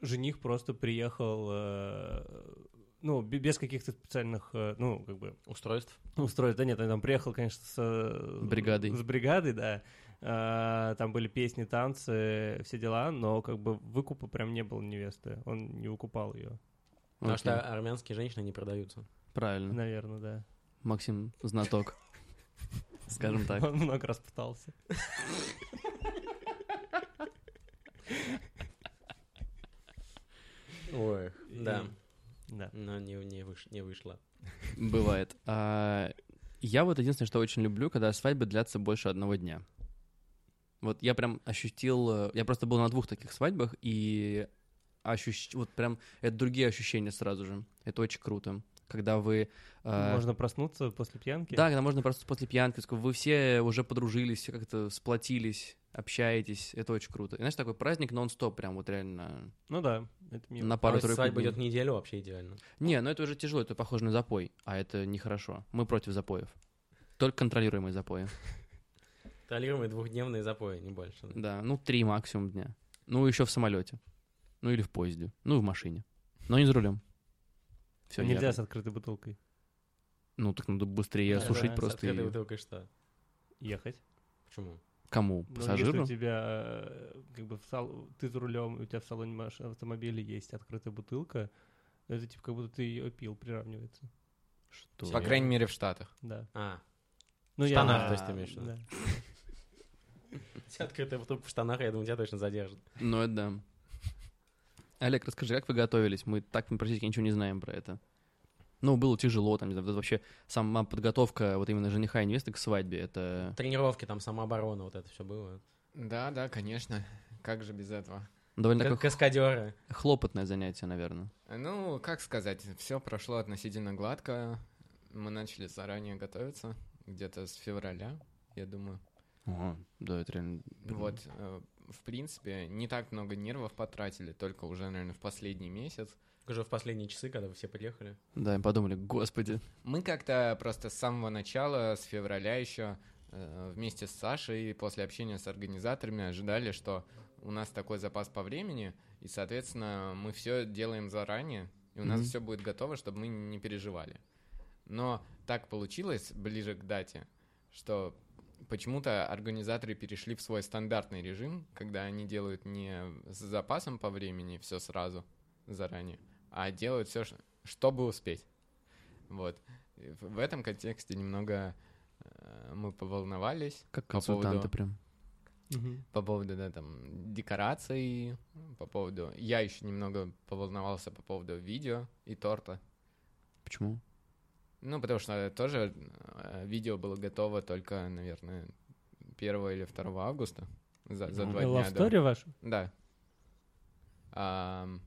Speaker 3: жених просто приехал, э, ну, бе- без каких-то специальных, э, ну, как бы,
Speaker 4: Устройств.
Speaker 3: устроить. Ну, Да нет, он там приехал, конечно, с... э,
Speaker 1: Бригадой.
Speaker 3: С бригадой, да. Э, Там были песни, танцы, все дела, но как бы выкупа прям не было невесты. Он не выкупал ее,
Speaker 4: Потому
Speaker 1: Окей.
Speaker 4: что армянские женщины не продаются.
Speaker 1: Правильно.
Speaker 3: наверное, да.
Speaker 1: Максим знаток. Скажем так.
Speaker 3: Он много раз пытался.
Speaker 4: Ой. Да.
Speaker 3: Да.
Speaker 4: Но не, не, выш- не вышло.
Speaker 1: Бывает. А, Я вот единственное, что очень люблю, когда свадьбы длятся больше одного дня. Вот я прям ощутил... э, Я просто был на двух таких свадьбах, и ощущ... вот прям это другие ощущения сразу же. Это очень круто. Когда вы... э,
Speaker 3: Можно проснуться после пьянки.
Speaker 1: Да, когда можно просто после пьянки, сколько вы все уже подружились, все как-то сплотились, общаетесь, это очень круто. И знаешь, такой праздник нон-стоп, прям вот реально
Speaker 3: Ну да, это мило.
Speaker 1: на
Speaker 4: Пару
Speaker 1: пару-тройку
Speaker 4: свадьба
Speaker 1: дней.
Speaker 4: идет неделю вообще идеально.
Speaker 1: Не, ну это уже тяжело, это похоже на запой, а это нехорошо. Мы против запоев. Только контролируемые запои.
Speaker 4: Контролируемые двухдневные запои, не больше. да.
Speaker 1: Да, ну три максимум дня. Ну еще в самолете. Ну или в поезде. Ну и в машине. Но не за рулем. Все,
Speaker 3: Нельзя с открытой бутылкой
Speaker 1: Ну так надо быстрее
Speaker 4: Да,
Speaker 1: осушить
Speaker 3: да, с
Speaker 1: просто.
Speaker 4: С открытой
Speaker 1: её.
Speaker 4: бутылкой что?
Speaker 3: ехать.
Speaker 4: Почему?
Speaker 1: Кому?
Speaker 3: Ну, если
Speaker 1: Пассажиру?
Speaker 3: у тебя э, как бы в сал- ты за рулем, и у тебя в салоне маш- автомобиля есть открытая бутылка, это типа как будто ты ее пил, приравнивается.
Speaker 1: Что?
Speaker 2: По крайней мере, в Штатах.
Speaker 3: Да.
Speaker 4: А,
Speaker 3: Ну,
Speaker 4: в
Speaker 3: я-
Speaker 4: штанах,
Speaker 1: а,
Speaker 4: то есть ты имеешь в виду?
Speaker 3: Да.
Speaker 4: У тебя открытая бутылка в штанах, я думаю, тебя точно задержат.
Speaker 1: Ну это да. Олег, расскажи, как вы готовились? Мы так практически ничего не знаем про это. Ну, было тяжело, там, не знаю, вот это вообще сама подготовка вот именно жениха и невесты к свадьбе, это...
Speaker 4: Тренировки, там самооборона, вот это все было.
Speaker 2: Да, да, конечно. Как же без этого?
Speaker 1: Довольно
Speaker 4: Как
Speaker 1: такое
Speaker 4: каскадеры.
Speaker 1: х- хлопотное занятие, наверное.
Speaker 2: Ну, как сказать, все прошло относительно гладко. Мы начали заранее готовиться, где-то с февраля, я думаю.
Speaker 1: Ага, да, это реально...
Speaker 2: Вот, э, в принципе, не так много нервов потратили, только уже, наверное, в последний месяц.
Speaker 4: Уже в последние часы, когда вы все приехали.
Speaker 1: Да, и подумали, господи.
Speaker 2: Мы как-то просто с самого начала, с февраля еще, э, вместе с Сашей, после общения с организаторами, ожидали, что у нас такой запас по времени, и, соответственно, мы все делаем заранее, и у нас
Speaker 1: Мгм.
Speaker 2: все будет готово, чтобы мы не переживали. Но так получилось ближе к дате, что Почему-то организаторы перешли в свой стандартный режим, когда они делают не с запасом по времени все сразу, заранее, а делают все, чтобы успеть. Вот. И в- В этом контексте немного э, мы поволновались
Speaker 1: Как
Speaker 2: По поводу-
Speaker 1: консультанты прям.
Speaker 2: по поводу, да, там, декораций, по поводу... Я еще немного поволновался по поводу видео и торта.
Speaker 1: Почему?
Speaker 2: Ну, потому что тоже э, видео было готово только, наверное, 1 или 2 августа. За, за
Speaker 4: Ну,
Speaker 2: два дня.
Speaker 3: Love
Speaker 2: до.
Speaker 3: story ваша?
Speaker 2: Да. Ам,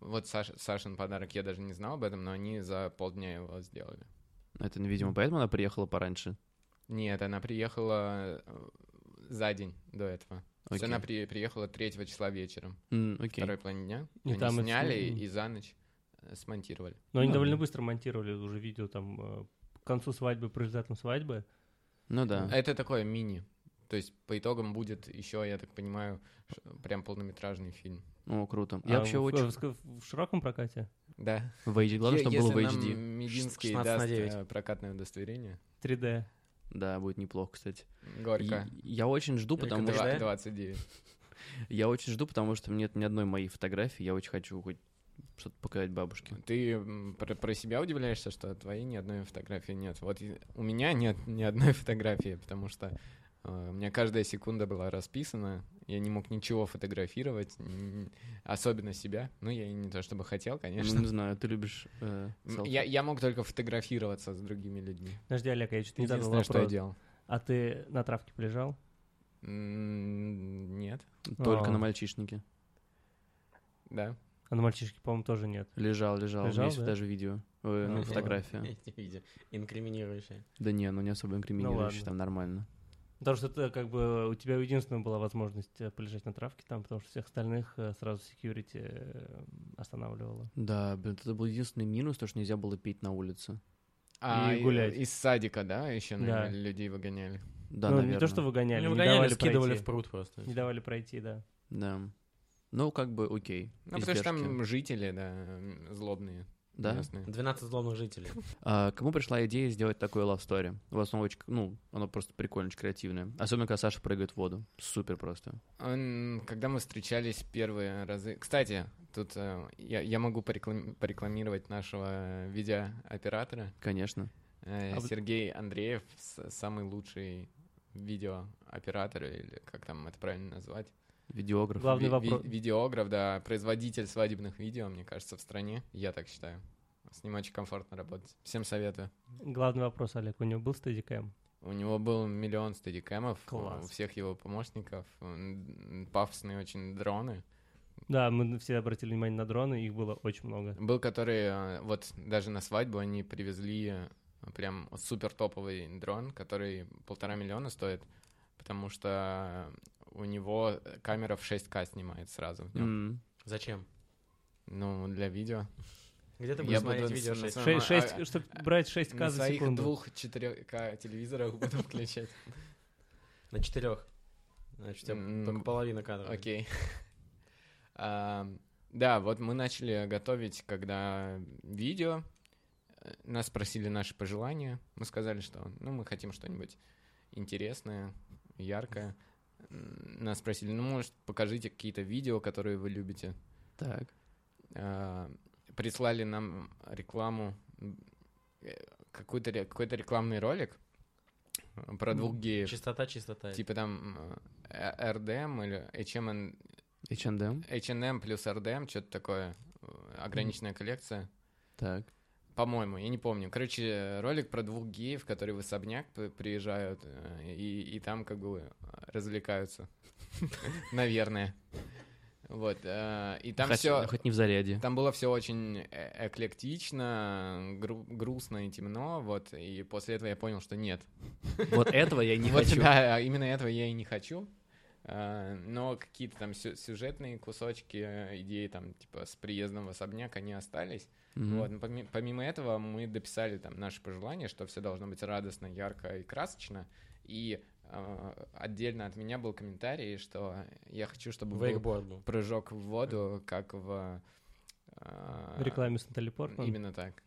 Speaker 2: вот Саш, Сашин подарок, я даже не знал об этом, но они за полдня его сделали.
Speaker 1: Это, видимо, поэтому она приехала пораньше.
Speaker 2: Нет, она приехала э, за день до этого. То есть
Speaker 1: Окей.
Speaker 2: она при- приехала 3 числа вечером,
Speaker 1: М, окей.
Speaker 2: второй половине дня.
Speaker 3: И
Speaker 2: они
Speaker 3: там это
Speaker 2: сняли
Speaker 3: см-
Speaker 2: и, за ночь э, смонтировали.
Speaker 3: Но они
Speaker 1: Ну,
Speaker 3: довольно
Speaker 1: да.
Speaker 3: быстро монтировали уже видео там э, к концу свадьбы, по результатам свадьбы.
Speaker 1: Ну да.
Speaker 2: Это такое мини. То есть по итогам будет еще, я так понимаю, ш- прям полнометражный фильм.
Speaker 1: Ну, круто. Я
Speaker 3: А
Speaker 1: вообще
Speaker 3: в-
Speaker 1: очень...
Speaker 3: в, ск- в широком прокате
Speaker 2: Да.
Speaker 1: В HD. Главное,
Speaker 2: Е-
Speaker 1: чтобы было в
Speaker 2: если нам
Speaker 1: HD.
Speaker 2: Мединский
Speaker 4: 16 на
Speaker 2: даст
Speaker 4: 9.
Speaker 2: э, прокатное удостоверение.
Speaker 3: 3D.
Speaker 1: Да, будет неплохо, кстати. И-
Speaker 2: Горько.
Speaker 1: Я очень жду,
Speaker 4: Горько
Speaker 1: потому
Speaker 4: два.
Speaker 1: что...
Speaker 4: да?
Speaker 2: 29.
Speaker 1: Я очень жду, потому что нет ни одной моей фотографии. Я очень хочу хоть что-то показать бабушке. Ну,
Speaker 2: Ты м, про, про себя удивляешься, что твоей ни одной фотографии нет. Вот и у меня нет ни одной фотографии, потому что э, у меня каждая секунда была расписана. Я не мог ничего фотографировать, н- особенно себя. Ну, я и не то чтобы хотел,
Speaker 1: Ну, не
Speaker 2: конечно.
Speaker 1: знаю, ты любишь э,
Speaker 2: М,
Speaker 1: селфи?
Speaker 2: Я, я мог только фотографироваться с другими людьми.
Speaker 3: Подожди, Олег, я чуть не задал
Speaker 2: Единственное, что я
Speaker 3: Ну вопрос.
Speaker 2: делал.
Speaker 3: А ты на травке полежал?
Speaker 2: М, Нет,
Speaker 1: Только
Speaker 3: А.
Speaker 1: на мальчишнике.
Speaker 2: да.
Speaker 3: А на мальчишке, по-моему, тоже нет.
Speaker 1: Лежал, лежал. У меня
Speaker 3: Лежал,
Speaker 1: есть
Speaker 3: да?
Speaker 1: даже видео. Э, ну,
Speaker 4: Ага.
Speaker 1: фотография.
Speaker 4: Эти видео инкриминирующие.
Speaker 1: Да не, ну не особо инкриминирующий,
Speaker 3: ладно.
Speaker 1: там нормально.
Speaker 3: Потому что ты, как бы у тебя единственная была возможность э, полежать на травке там, потому что всех остальных э, сразу секьюрити э, останавливало.
Speaker 1: Да, блин, это был единственный минус, то, что нельзя было пить на улице.
Speaker 2: и-
Speaker 3: гулять.
Speaker 2: А, э, Из садика, да, еще,
Speaker 3: Да.
Speaker 2: наверное, людей выгоняли.
Speaker 1: Да,
Speaker 3: ну,
Speaker 1: наверное.
Speaker 3: не то, что выгоняли,
Speaker 4: Ну,
Speaker 3: не
Speaker 4: выгоняли,
Speaker 3: давали
Speaker 4: скидывали
Speaker 3: пройти.
Speaker 4: в пруд просто.
Speaker 3: Не давали пройти, да.
Speaker 1: Да. Ну, как бы, окей.
Speaker 2: Ну, потому что
Speaker 1: Издержки.
Speaker 2: там жители, да, м, злобные.
Speaker 1: Да?
Speaker 2: местные.
Speaker 4: 12 злобных жителей.
Speaker 1: А, кому пришла идея сделать такое love story? У вас оно очень, ну, оно просто прикольно, очень креативное. Особенно, когда Саша прыгает в воду. Супер просто.
Speaker 2: Он- Когда мы встречались первые разы... Кстати, тут э, я, я могу пореклам- порекламировать нашего э, видеооператора.
Speaker 1: Конечно.
Speaker 2: Э,
Speaker 3: А вот-
Speaker 2: Сергей Андреев, с- самый лучший видеооператор, или как там это правильно назвать?
Speaker 1: Видеограф.
Speaker 3: Глав- Главный
Speaker 2: Ви- ви-
Speaker 3: вопрос-
Speaker 2: Видеограф, да, производитель свадебных видео, мне кажется, в стране. Я так считаю. С ним очень комфортно работать. Всем советую.
Speaker 3: Главный вопрос, Олег, у него был стадикэм?
Speaker 2: У него был миллион стадикэмов, э, у
Speaker 3: Класс.
Speaker 2: всех его помощников, м, пафосные очень дроны.
Speaker 3: Да, мы все обратили внимание на дроны, их было очень много.
Speaker 2: Был, который э, вот даже на свадьбу они привезли э, прям супер топовый дрон, который полтора миллиона стоит, потому что э, у него э, камера в 6К снимает сразу в нем.
Speaker 1: М.
Speaker 4: Зачем?
Speaker 2: Ну, для видео.
Speaker 4: Где ты
Speaker 2: Я
Speaker 4: будешь
Speaker 2: бы
Speaker 4: смотреть
Speaker 2: на-
Speaker 4: видео
Speaker 2: на
Speaker 4: 6?
Speaker 2: самом-
Speaker 3: Шесть,
Speaker 2: а-
Speaker 3: шесть, чтобы брать 6
Speaker 2: на
Speaker 3: к за
Speaker 2: своих
Speaker 3: секунду.
Speaker 2: двух 4К телевизорах буду включать.
Speaker 4: На четырех. Значит, у тебя
Speaker 2: М,
Speaker 4: только половина кадров.
Speaker 2: Окей. А, Да, вот мы начали готовить, когда видео. Э, Нас спросили наши пожелания. Мы сказали, что ну, мы хотим что-нибудь интересное, яркое. М, Нас спросили, ну, может, покажите какие-то видео, которые вы любите.
Speaker 1: Так.
Speaker 2: А, Прислали нам рекламу, м, э, какой-то ре- какой-то рекламный ролик про двух геев.
Speaker 4: Чистота, чистота.
Speaker 2: Типа там э, RDM или Эм HMN,
Speaker 1: H&M.
Speaker 2: H&M плюс RDM, что-то такое, э, ограниченная коллекция,
Speaker 1: Так.
Speaker 2: по-моему, я не помню. Короче, э, ролик про двух геев, которые в особняк п- приезжают э, и, и там как бы э, развлекаются, наверное. Вот, э, и там
Speaker 1: хоть,
Speaker 2: все...
Speaker 1: Хоть не в заряде.
Speaker 2: Там было все очень э- эклектично, гру- грустно и темно, вот, и после этого я понял, что нет,
Speaker 1: Вот этого я не
Speaker 2: вот,
Speaker 1: хочу.
Speaker 2: да, а именно этого я и не хочу. А, Но какие-то там сю- сюжетные кусочки, э, идеи там, типа, с приездом в особняк, они остались.
Speaker 1: Мгм.
Speaker 2: Вот, но поми- помимо этого мы дописали там наши пожелания, что все должно быть радостно, ярко и красочно. И э, отдельно от меня был комментарий, что я хочу, чтобы был
Speaker 4: Вейкборд был.
Speaker 2: прыжок в воду, как в... э,
Speaker 3: В рекламе с
Speaker 2: а,
Speaker 3: Натали Портман.
Speaker 2: Именно так.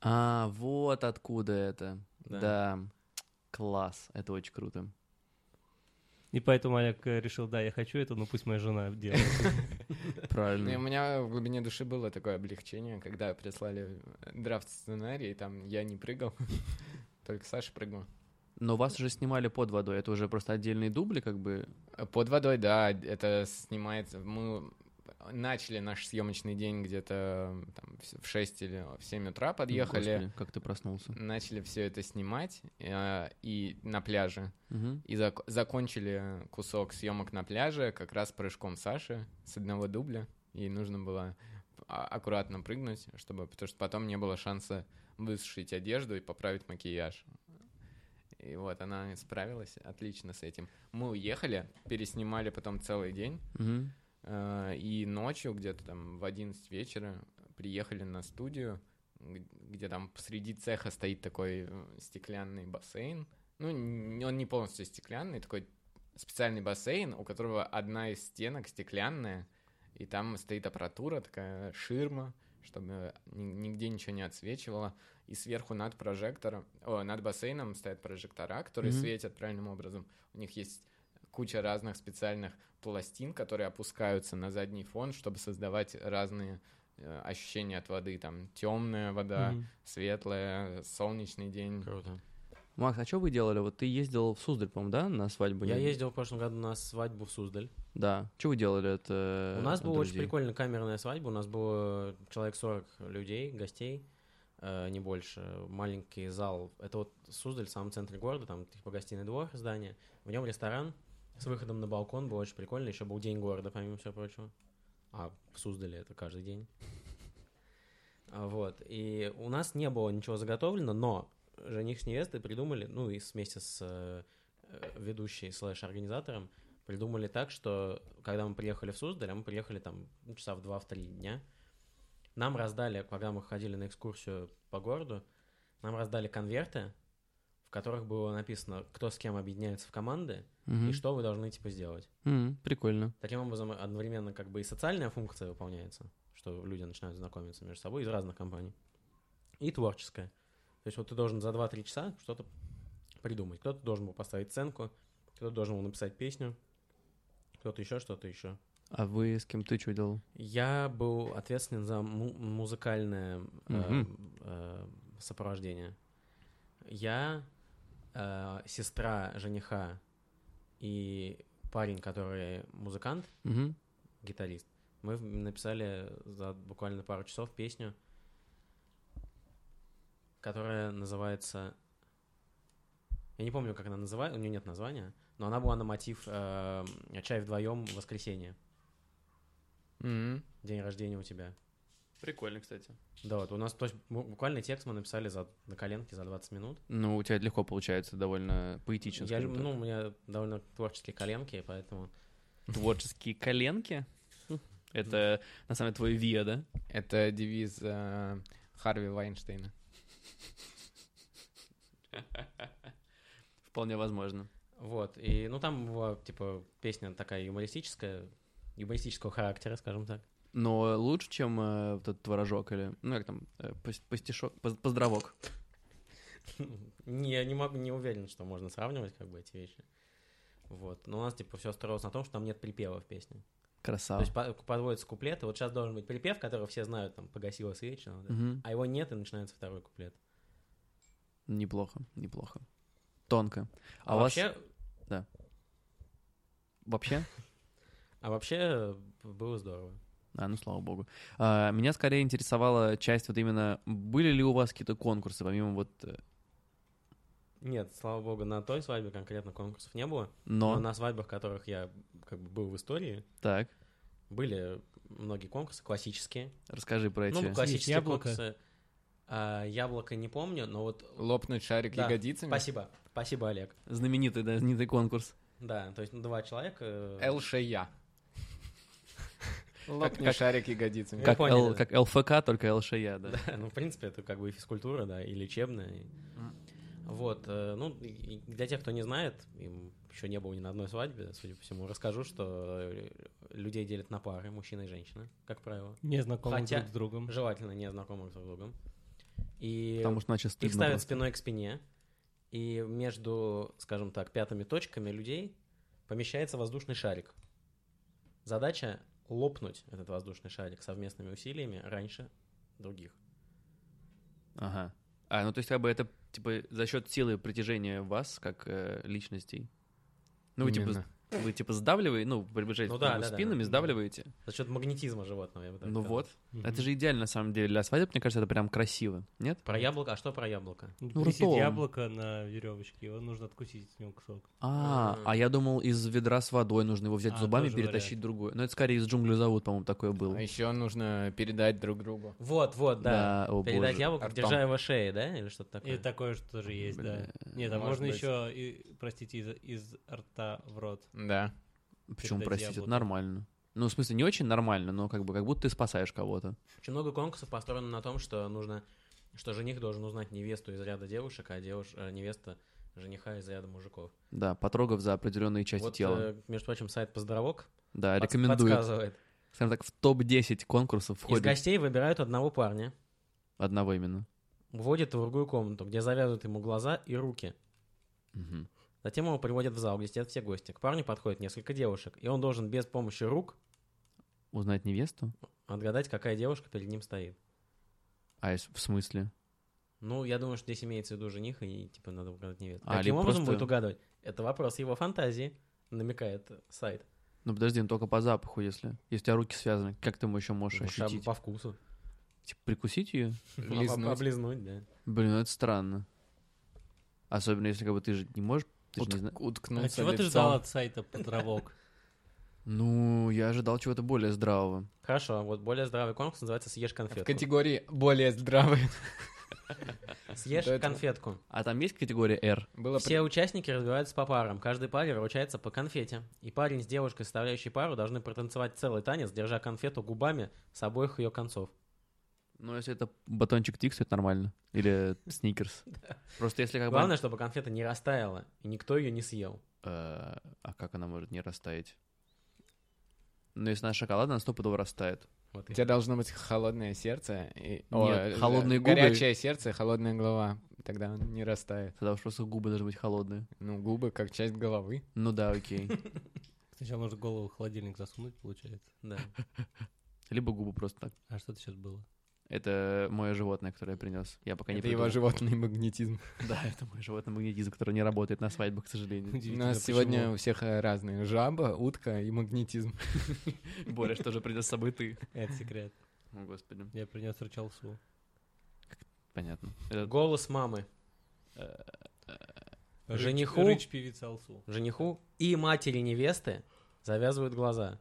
Speaker 1: А, вот откуда это. Да.
Speaker 4: Да.
Speaker 1: Класс, это очень круто.
Speaker 3: И поэтому Олег э, решил, да, я хочу это, но пусть моя жена делает.
Speaker 2: Ну, и У
Speaker 1: Правильно.
Speaker 2: меня в глубине души было такое облегчение, когда прислали э, драфт сценарий, и там я не прыгал, только Саша прыгал.
Speaker 1: Но вас же снимали под водой, это уже просто отдельные дубли, как бы. Ну,
Speaker 2: А Под водой, да, это снимается. Мы начали наш съемочный день где-то там в с- в 6 или в 7 утра подъехали.
Speaker 1: Господи, как ты проснулся.
Speaker 2: Начали все это снимать э, и на пляже.
Speaker 1: Мгм.
Speaker 2: И зак- закончили кусок съемок на пляже как раз прыжком Саши с одного дубля. Ей нужно было а- аккуратно прыгнуть, чтобы, потому что потом не было шанса высушить одежду и поправить макияж. И вот она справилась отлично с этим. Мы уехали, переснимали потом целый день.
Speaker 1: Мгм.
Speaker 2: э, И ночью, где-то там в 11 вечера, приехали на студию, г- где там посреди цеха стоит такой э, стеклянный бассейн. Ну, н- он не полностью стеклянный, такой специальный бассейн, у которого одна из стенок стеклянная, и там стоит аппаратура, такая ширма, чтобы ни- нигде ничего не отсвечивало. И сверху над прожектором, о, над бассейном стоят прожектора, которые
Speaker 1: Мгм.
Speaker 2: светят правильным образом. У них есть куча разных специальных пластин, которые опускаются на задний фон, чтобы создавать разные э, ощущения от воды. Там темная вода,
Speaker 3: Мгм.
Speaker 2: светлая, солнечный день.
Speaker 4: Круто.
Speaker 1: Макс, а что вы делали? Вот ты ездил в Суздаль, по-моему, да, на свадьбу?
Speaker 4: Я
Speaker 1: Не-
Speaker 4: ездил в прошлом году на свадьбу в Суздаль.
Speaker 1: Да. Что вы делали от
Speaker 4: У нас была очень прикольная камерная свадьба. У нас было э, человек 40 людей, гостей, э, не больше. Маленький зал. Это вот Суздаль, в самом центре города, там типа гостиный двор, здание. В нем ресторан с выходом на балкон. Было очень прикольно. Еще был день города, помимо всего прочего. А в Суздале это каждый день. А, Вот. И у нас не было ничего заготовлено, но жених с невестой придумали, ну и с- вместе с э, э, ведущей слэш-организатором, придумали так, что когда мы приехали в Суздаль, а мы приехали там ну, часа в два, в три дня, нам раздали, когда мы ходили на экскурсию по городу, нам раздали конверты, в которых было написано, кто с кем объединяется в команды и что вы должны типа сделать.
Speaker 1: Прикольно.
Speaker 4: Таким образом, одновременно как бы и социальная функция выполняется, что люди начинают знакомиться между собой из разных компаний, и творческая. То есть вот ты должен за 2-3 часа что-то придумать. Кто-то должен был поставить сценку, кто-то должен был написать песню, кто-то еще что-то еще.
Speaker 1: А вы с кем ты что делал?
Speaker 4: Я был ответственен за му- музыкальное э,
Speaker 1: Мгм.
Speaker 4: э, сопровождение. Я, э, сестра жениха и парень, который музыкант,
Speaker 1: Мгм.
Speaker 4: гитарист. Мы в- написали за буквально пару часов песню, которая называется... Я не помню, как она называется, у нее нет названия, но она была на мотив э, «Чай вдвоем в воскресенье».
Speaker 2: Мгм.
Speaker 4: День рождения у тебя.
Speaker 1: Прикольно, кстати.
Speaker 4: Да, вот у нас то есть, бу- буквально текст мы написали за, на коленке за 20 минут.
Speaker 1: Ну, у тебя это легко получается, довольно поэтично.
Speaker 4: Я,
Speaker 1: скажем
Speaker 4: лю-
Speaker 1: так.
Speaker 4: ну, у меня довольно творческие коленки, поэтому...
Speaker 1: Творческие коленки. Это, на самом деле, твой ВИА, да?
Speaker 2: Это девиз э, Харви Вайнштейна.
Speaker 1: Вполне возможно.
Speaker 4: Вот, и, ну, там была, типа, песня такая юмористическая, юмористического характера, скажем так.
Speaker 1: Но лучше, чем э, вот этот творожок или, ну, как там, э, пас- пастишок, паз- поздравок.
Speaker 4: Не, я не могу, не уверен, что можно сравнивать как бы эти вещи. Вот. Но у нас типа все строилось на том, что там нет припева в песне.
Speaker 1: Красава.
Speaker 4: То есть по- подводятся куплеты. Вот сейчас должен быть припев, который все знают, там погасила свечи, ну, да.
Speaker 1: Мгм.
Speaker 4: а его нет, и начинается второй куплет.
Speaker 1: Неплохо, неплохо. Тонко. А, у вас
Speaker 4: вообще,
Speaker 1: вообще?
Speaker 4: а вообще э, было здорово.
Speaker 1: А, ну слава богу. А, меня скорее интересовала часть вот именно, были ли у вас какие-то конкурсы, помимо вот... э,
Speaker 4: Нет, слава богу, на той свадьбе конкретно конкурсов не было.
Speaker 1: Но,
Speaker 4: Но Ну, на свадьбах, которых я как бы был в истории,
Speaker 1: так,
Speaker 4: были многие конкурсы классические.
Speaker 1: расскажи про эти...
Speaker 4: Ну, классические
Speaker 3: яблоко?
Speaker 4: конкурсы. А, яблоко не помню, но вот
Speaker 2: Лопнуть шарик
Speaker 4: Да.
Speaker 2: ягодицами.
Speaker 4: Спасибо. Спасибо, Олег.
Speaker 1: Знаменитый, да, знаменитый конкурс.
Speaker 4: Да, то есть ну, два человека. э,
Speaker 2: ЛШЯ. Лопни
Speaker 1: как-
Speaker 2: шарик ягодицами.
Speaker 4: Вы
Speaker 1: Как,
Speaker 4: поняли,
Speaker 1: Л-
Speaker 4: да.
Speaker 1: как ЛФК, только ЛШЯ, да.
Speaker 4: Да, ну, в принципе, это как бы и физкультура, да, и лечебная. и- Вот, э, ну, и- и для тех, кто не знает, им еще не было ни на одной свадьбе, судя по всему, расскажу, что э, людей делят на пары, мужчина и женщина, как правило.
Speaker 3: Не знакомы
Speaker 4: Хотя-
Speaker 3: друг с другом.
Speaker 4: Желательно незнакомых друг с другом. И
Speaker 1: Потому что иначе
Speaker 4: их
Speaker 1: стыдно
Speaker 4: ставят
Speaker 1: просто.
Speaker 4: спиной к спине, и между, скажем так, пятыми точками людей помещается воздушный шарик. Задача — лопнуть этот воздушный шарик совместными усилиями раньше других.
Speaker 1: Ага. А, ну то есть как бы это типа за счет силы притяжения вас как э, личностей. Ну вы типа
Speaker 2: Именно.
Speaker 1: вы типа сдавливаете, ну приближаетесь
Speaker 4: Ну
Speaker 1: друг к
Speaker 4: да,
Speaker 1: другу
Speaker 4: да, да,
Speaker 1: спинами,
Speaker 4: да.
Speaker 1: сдавливаете.
Speaker 4: За счет магнетизма животного. я бы так
Speaker 1: ну
Speaker 4: сказал.
Speaker 1: вот,
Speaker 3: Мгм.
Speaker 1: это же идеально на самом деле для свадеб, мне кажется, это прям красиво, нет?
Speaker 4: Про яблоко. А что про яблоко?
Speaker 1: Ну,
Speaker 3: Висит
Speaker 1: ртом.
Speaker 3: яблоко на веревочке, его нужно откусить от него кусок.
Speaker 1: А,
Speaker 4: М.
Speaker 1: а я думал из ведра с водой нужно его взять
Speaker 3: А,
Speaker 1: зубами
Speaker 3: тоже
Speaker 1: перетащить другое. Но это скорее из джунглей зовут, по-моему, такое было.
Speaker 2: А еще нужно передать друг другу.
Speaker 4: Вот, вот, да.
Speaker 1: о
Speaker 4: Передать
Speaker 1: боже.
Speaker 4: яблоко,
Speaker 2: Ртом.
Speaker 4: держа его шеи, да? Или что-то такое?
Speaker 3: И такое что тоже есть, да. Нет, а
Speaker 2: Может
Speaker 3: можно
Speaker 2: быть.
Speaker 3: еще, и, простите, из, из рта в рот.
Speaker 2: Да.
Speaker 1: Почему,
Speaker 3: передать
Speaker 1: простите, это
Speaker 3: яблоко.
Speaker 1: нормально. Ну, в смысле, не очень нормально, но как бы как будто ты спасаешь кого-то.
Speaker 4: Очень много конкурсов построено на том, что нужно, что жених должен узнать невесту из ряда девушек, а девуш... э, невеста жениха из ряда мужиков.
Speaker 1: Да, потрогав за определенные части
Speaker 4: вот,
Speaker 1: тела.
Speaker 4: э, между прочим, сайт «Поздоровок»
Speaker 1: да,
Speaker 4: подс-
Speaker 1: рекомендую.
Speaker 4: подсказывает.
Speaker 1: Скажем так, в топ-10 конкурсов
Speaker 4: Из
Speaker 1: входит
Speaker 4: гостей выбирают одного парня,
Speaker 1: одного именно.
Speaker 4: вводят в другую комнату, где завязывают ему глаза и руки.
Speaker 1: Мгм.
Speaker 4: Затем его приводят в зал, где сидят все гости. К парню подходит несколько девушек, и он должен без помощи рук
Speaker 1: Узнать невесту?
Speaker 4: отгадать, какая девушка перед ним стоит.
Speaker 1: А если- в смысле?
Speaker 4: Ну, я думаю, что здесь имеется в виду жених, и типа надо угадать невесту.
Speaker 1: А,
Speaker 4: Каким
Speaker 1: либо
Speaker 4: образом
Speaker 1: просто-
Speaker 4: будет угадывать? Это вопрос его фантазии, намекает сайт.
Speaker 1: Ну подожди, ну только по запаху, если. Если у тебя руки связаны, как ты ему еще можешь
Speaker 4: Ну, шам-
Speaker 1: ощутить?
Speaker 4: По вкусу.
Speaker 1: Типа прикусить ее?
Speaker 2: Лизнуть.
Speaker 4: Об- Облизнуть, да.
Speaker 1: Блин, ну это странно. Особенно если как бы ты же не можешь. Ты же
Speaker 2: Ут-
Speaker 1: не зна-
Speaker 2: Уткнуться
Speaker 3: а чего ты
Speaker 2: Ну, лицом.
Speaker 3: ждал от сайта подровок?
Speaker 1: Ну, я ожидал чего-то более здравого.
Speaker 4: Хорошо, вот более здравый конкурс называется «Съешь
Speaker 2: В
Speaker 4: конфетку».
Speaker 2: категории более здравые.
Speaker 4: Съешь
Speaker 2: До этого.
Speaker 4: конфетку.
Speaker 1: А там есть категория R?
Speaker 2: Было
Speaker 4: Все
Speaker 2: при-
Speaker 4: участники разбиваются по парам. Каждой паре вручается по конфете. И парень с девушкой, составляющей пару, должны протанцевать целый танец, держа конфету губами с обоих ее концов.
Speaker 1: Ну, если это батончик Тикс, то это нормально. Или сникерс. Просто если как бы...
Speaker 4: Главное, чтобы конфета не растаяла, и никто ее не съел.
Speaker 1: Э, А как она может не растаять? Ну, если она шоколадная, она стопудово растает.
Speaker 4: Вот
Speaker 2: У
Speaker 4: и-
Speaker 2: тебя должно быть холодное сердце. и- о,
Speaker 1: Нет,
Speaker 2: э,
Speaker 1: холодные губы.
Speaker 2: Горячее сердце и холодная голова. Тогда он не растает.
Speaker 1: Тогда уж просто губы должны быть холодные.
Speaker 2: Ну, губы как часть головы.
Speaker 1: Ну да, окей.
Speaker 3: Сначала нужно голову в холодильник засунуть, получается.
Speaker 4: Да.
Speaker 1: Либо губы просто так.
Speaker 3: А что это сейчас было?
Speaker 1: Это мое животное, которое я принес. Я пока не
Speaker 2: Это его
Speaker 1: придумал.
Speaker 2: животный магнетизм.
Speaker 1: Да, это мой животный магнетизм, который не работает на свадьбах, к сожалению.
Speaker 2: У
Speaker 3: Удивительно,
Speaker 2: нас
Speaker 3: почему?
Speaker 2: сегодня у всех э, разные. Жаба, утка и магнетизм.
Speaker 1: Боря, что же принес с собой ты?
Speaker 3: Это секрет.
Speaker 1: О, господи.
Speaker 3: Я принес рычалсу.
Speaker 1: Понятно.
Speaker 3: Э,
Speaker 1: Это-
Speaker 4: Голос мамы.
Speaker 3: Рыч-
Speaker 4: Жениху?
Speaker 3: Рыч певица алсу.
Speaker 4: Жениху и матери невесты завязывают глаза.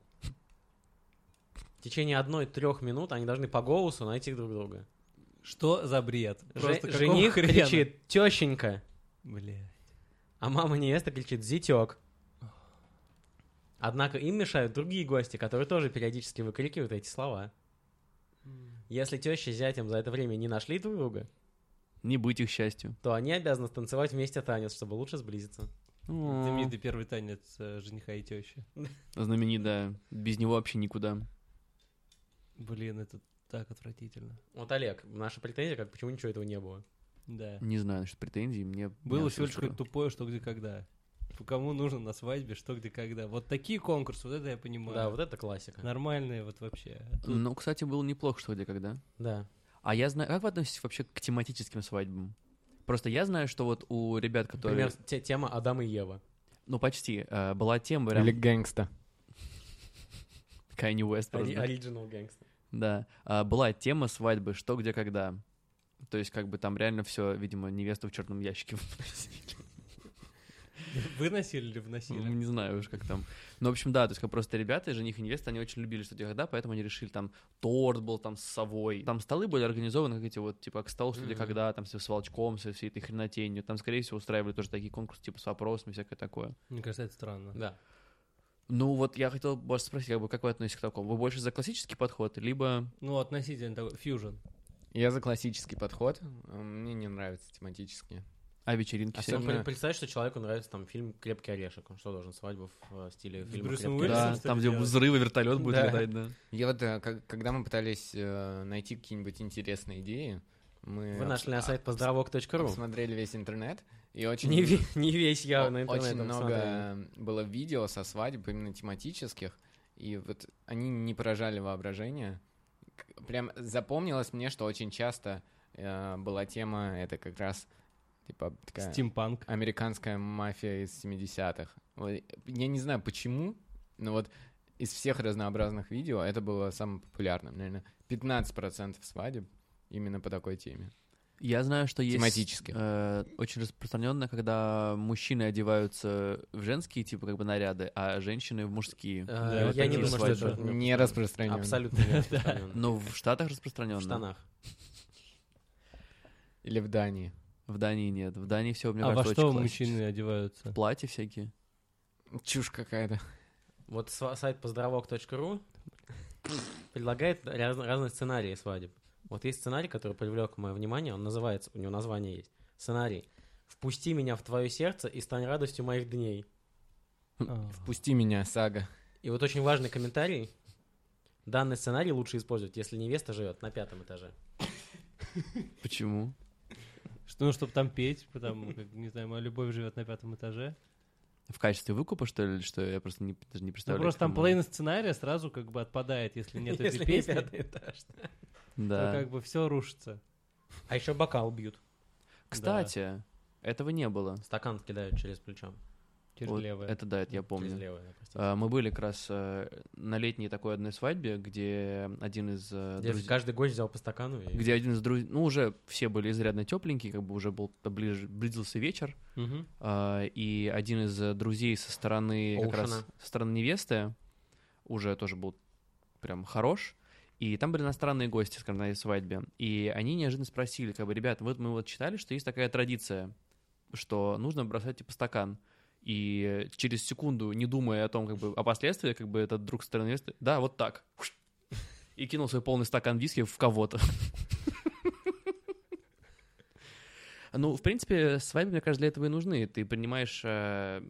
Speaker 4: В течение одной-трех минут они должны по голосу найти друг друга.
Speaker 3: Что за бред?
Speaker 4: Же-
Speaker 3: Просто какого
Speaker 4: жених
Speaker 3: хрена?
Speaker 4: кричит «тещенька»,
Speaker 3: Бля.
Speaker 4: а мама невеста кричит «зятек». Однако им мешают другие гости, которые тоже периодически выкрикивают эти слова. Если теща с зятем за это время не нашли друг друга,
Speaker 1: Не быть их счастью.
Speaker 4: то они обязаны танцевать вместе танец, чтобы лучше сблизиться.
Speaker 3: Знаменитый первый танец э, жениха и тещи.
Speaker 1: Знаменитая. Без него вообще никуда.
Speaker 3: Блин, это так отвратительно.
Speaker 4: Вот, Олег, наша претензия, как почему ничего этого не было?
Speaker 3: Да.
Speaker 1: Не знаю насчет претензий. Мне
Speaker 3: Было
Speaker 1: меня
Speaker 3: всего лишь
Speaker 1: всё
Speaker 3: какое-то тупое что где когда. Кому нужно на свадьбе что где когда. Вот такие конкурсы, вот это я понимаю.
Speaker 4: Да, вот это классика.
Speaker 3: Нормальные вот вообще.
Speaker 1: устроило. Ну, кстати, было неплохо, что где когда.
Speaker 4: Да.
Speaker 1: А я знаю... Как вы относитесь вообще к тематическим свадьбам? Просто я знаю, что вот у ребят, которые...
Speaker 4: Например, те- тема Адам и Ева.
Speaker 1: Ну, почти. э, была тема прям...
Speaker 2: Или гэнгста.
Speaker 1: Kanye West просто.
Speaker 4: Ори- Original Gangster.
Speaker 1: Да. А, была тема свадьбы «Что, где, когда». То есть, как бы там реально все, видимо, невесту в черном ящике
Speaker 3: Выносили или
Speaker 1: Ну,
Speaker 3: вносили?
Speaker 1: Не знаю уж, как там. Ну, в общем, да, то есть как просто ребята, жених и невеста, они очень любили что-то когда, поэтому они решили там торт был там с совой. Там столы были организованы, как эти вот, типа, как стол, что ли,
Speaker 4: Мгм.
Speaker 1: когда, там все с волчком, со всей этой хренотенью. Там, скорее всего, устраивали тоже такие конкурсы, типа, с вопросами, всякое такое.
Speaker 3: Мне кажется, это странно.
Speaker 4: Да.
Speaker 1: Ну, вот я хотел больше спросить, как бы, как вы относитесь к такому? Вы больше за классический подход, либо...
Speaker 3: Ну, относительно того, фьюжн.
Speaker 2: Я за классический подход. Э, Мне не нравятся тематические.
Speaker 1: А вечеринки всякие?
Speaker 4: Особенно...
Speaker 2: Особенно-
Speaker 4: представь, что человеку нравится там фильм «Крепкий орешек». Он что, должен свадьбу в э, стиле
Speaker 3: С
Speaker 4: фильма
Speaker 3: Брюсом
Speaker 4: «Крепкий
Speaker 3: Уиллисом?
Speaker 1: Да,
Speaker 4: орешек»?
Speaker 3: что
Speaker 1: там,
Speaker 3: ли,
Speaker 1: где
Speaker 3: делать?
Speaker 1: взрывы вертолет будет
Speaker 2: Да.
Speaker 1: летать, да.
Speaker 2: Я вот, э, как- когда мы пытались э, найти какие-нибудь интересные идеи, Мы
Speaker 4: Вы нашли на
Speaker 2: обс-
Speaker 4: сайт
Speaker 2: а,
Speaker 4: поздравок.ру.
Speaker 2: Смотрели весь интернет, и очень...
Speaker 4: Не, ве- не весь
Speaker 2: о-
Speaker 4: явно интернет.
Speaker 2: Очень много было видео со свадеб, именно тематических, и вот они не поражали воображение. К- Прям запомнилось мне, что очень часто э, была тема, это как раз типа такая
Speaker 3: Стимпанк.
Speaker 2: американская мафия из 70-х. Вот, Я не знаю почему, но вот из всех разнообразных видео это было самым популярным. Наверное, 15% свадеб именно по такой теме.
Speaker 1: Я знаю, что есть...
Speaker 2: Тематически.
Speaker 1: э, очень распространенно, когда мужчины одеваются в женские, типа, как бы, наряды, а женщины в мужские.
Speaker 3: Да,
Speaker 4: Э,
Speaker 3: вот
Speaker 4: Я
Speaker 3: это
Speaker 4: не
Speaker 3: уже
Speaker 4: думаю, что это
Speaker 1: свадьба.
Speaker 4: распространено.
Speaker 2: Не распространено.
Speaker 4: Абсолютно не распространено.
Speaker 1: Но в Штатах распространенно.
Speaker 4: В штанах.
Speaker 2: Или в Дании.
Speaker 1: В Дании нет. В Дании все, мне
Speaker 3: А во
Speaker 1: кажется,
Speaker 3: что
Speaker 1: очень классически.
Speaker 3: мужчины одеваются?
Speaker 1: В платья всякие.
Speaker 2: Чушь какая-то.
Speaker 4: Вот сва- сайт поздравок.ру предлагает раз- разные сценарии свадеб. Вот есть сценарий, который привлек мое внимание, он называется, у него название есть. Сценарий «Впусти меня в твое сердце и стань радостью моих дней».
Speaker 3: А.
Speaker 2: Впусти меня, сага.
Speaker 4: И вот очень важный комментарий. Данный сценарий лучше использовать, если невеста живет на пятом этаже.
Speaker 1: Почему?
Speaker 3: Что, ну, чтобы там петь, потому как, не знаю, моя любовь живет на пятом этаже.
Speaker 1: В качестве выкупа, что ли, или что? Я просто не, даже не
Speaker 3: Ну,
Speaker 1: представляю. как
Speaker 3: просто там
Speaker 1: это можно.
Speaker 3: половина сценария сразу как бы отпадает, если нет
Speaker 4: если
Speaker 3: этой
Speaker 4: не
Speaker 3: песни,
Speaker 4: пятый этаж.
Speaker 1: Да.
Speaker 3: то как бы все рушится.
Speaker 4: А еще бокал бьют.
Speaker 1: Кстати, этого не было.
Speaker 4: Стакан кидают через плечо.
Speaker 3: Через
Speaker 1: Вот
Speaker 3: левое.
Speaker 1: Это да, это я
Speaker 4: Через
Speaker 1: помню.
Speaker 4: левое, да, простите.
Speaker 1: А, Мы были как раз э, на летней такой одной свадьбе, где один из э,
Speaker 4: Где
Speaker 1: друз-
Speaker 4: каждый гость взял по стакану. и-
Speaker 1: где один из друзей, ну уже все были изрядно тепленькие, как бы уже был ближе, близился вечер,
Speaker 3: Мгм.
Speaker 1: а, и один из э, друзей со стороны как раз
Speaker 4: Оушена.
Speaker 1: со стороны невесты уже тоже был прям хорош, и там были иностранные гости, скажем, на этой свадьбе, и они неожиданно спросили, как бы, ребят, вот мы вот читали, что есть такая традиция, что нужно бросать типа стакан. И через секунду, не думая о том, как бы, о последствиях, как бы этот друг со стороны невесты, да, вот так. И кинул свой полный стакан виски в кого-то. Ну, в принципе, свадьбы, мне кажется, для этого и нужны. Ты принимаешь э,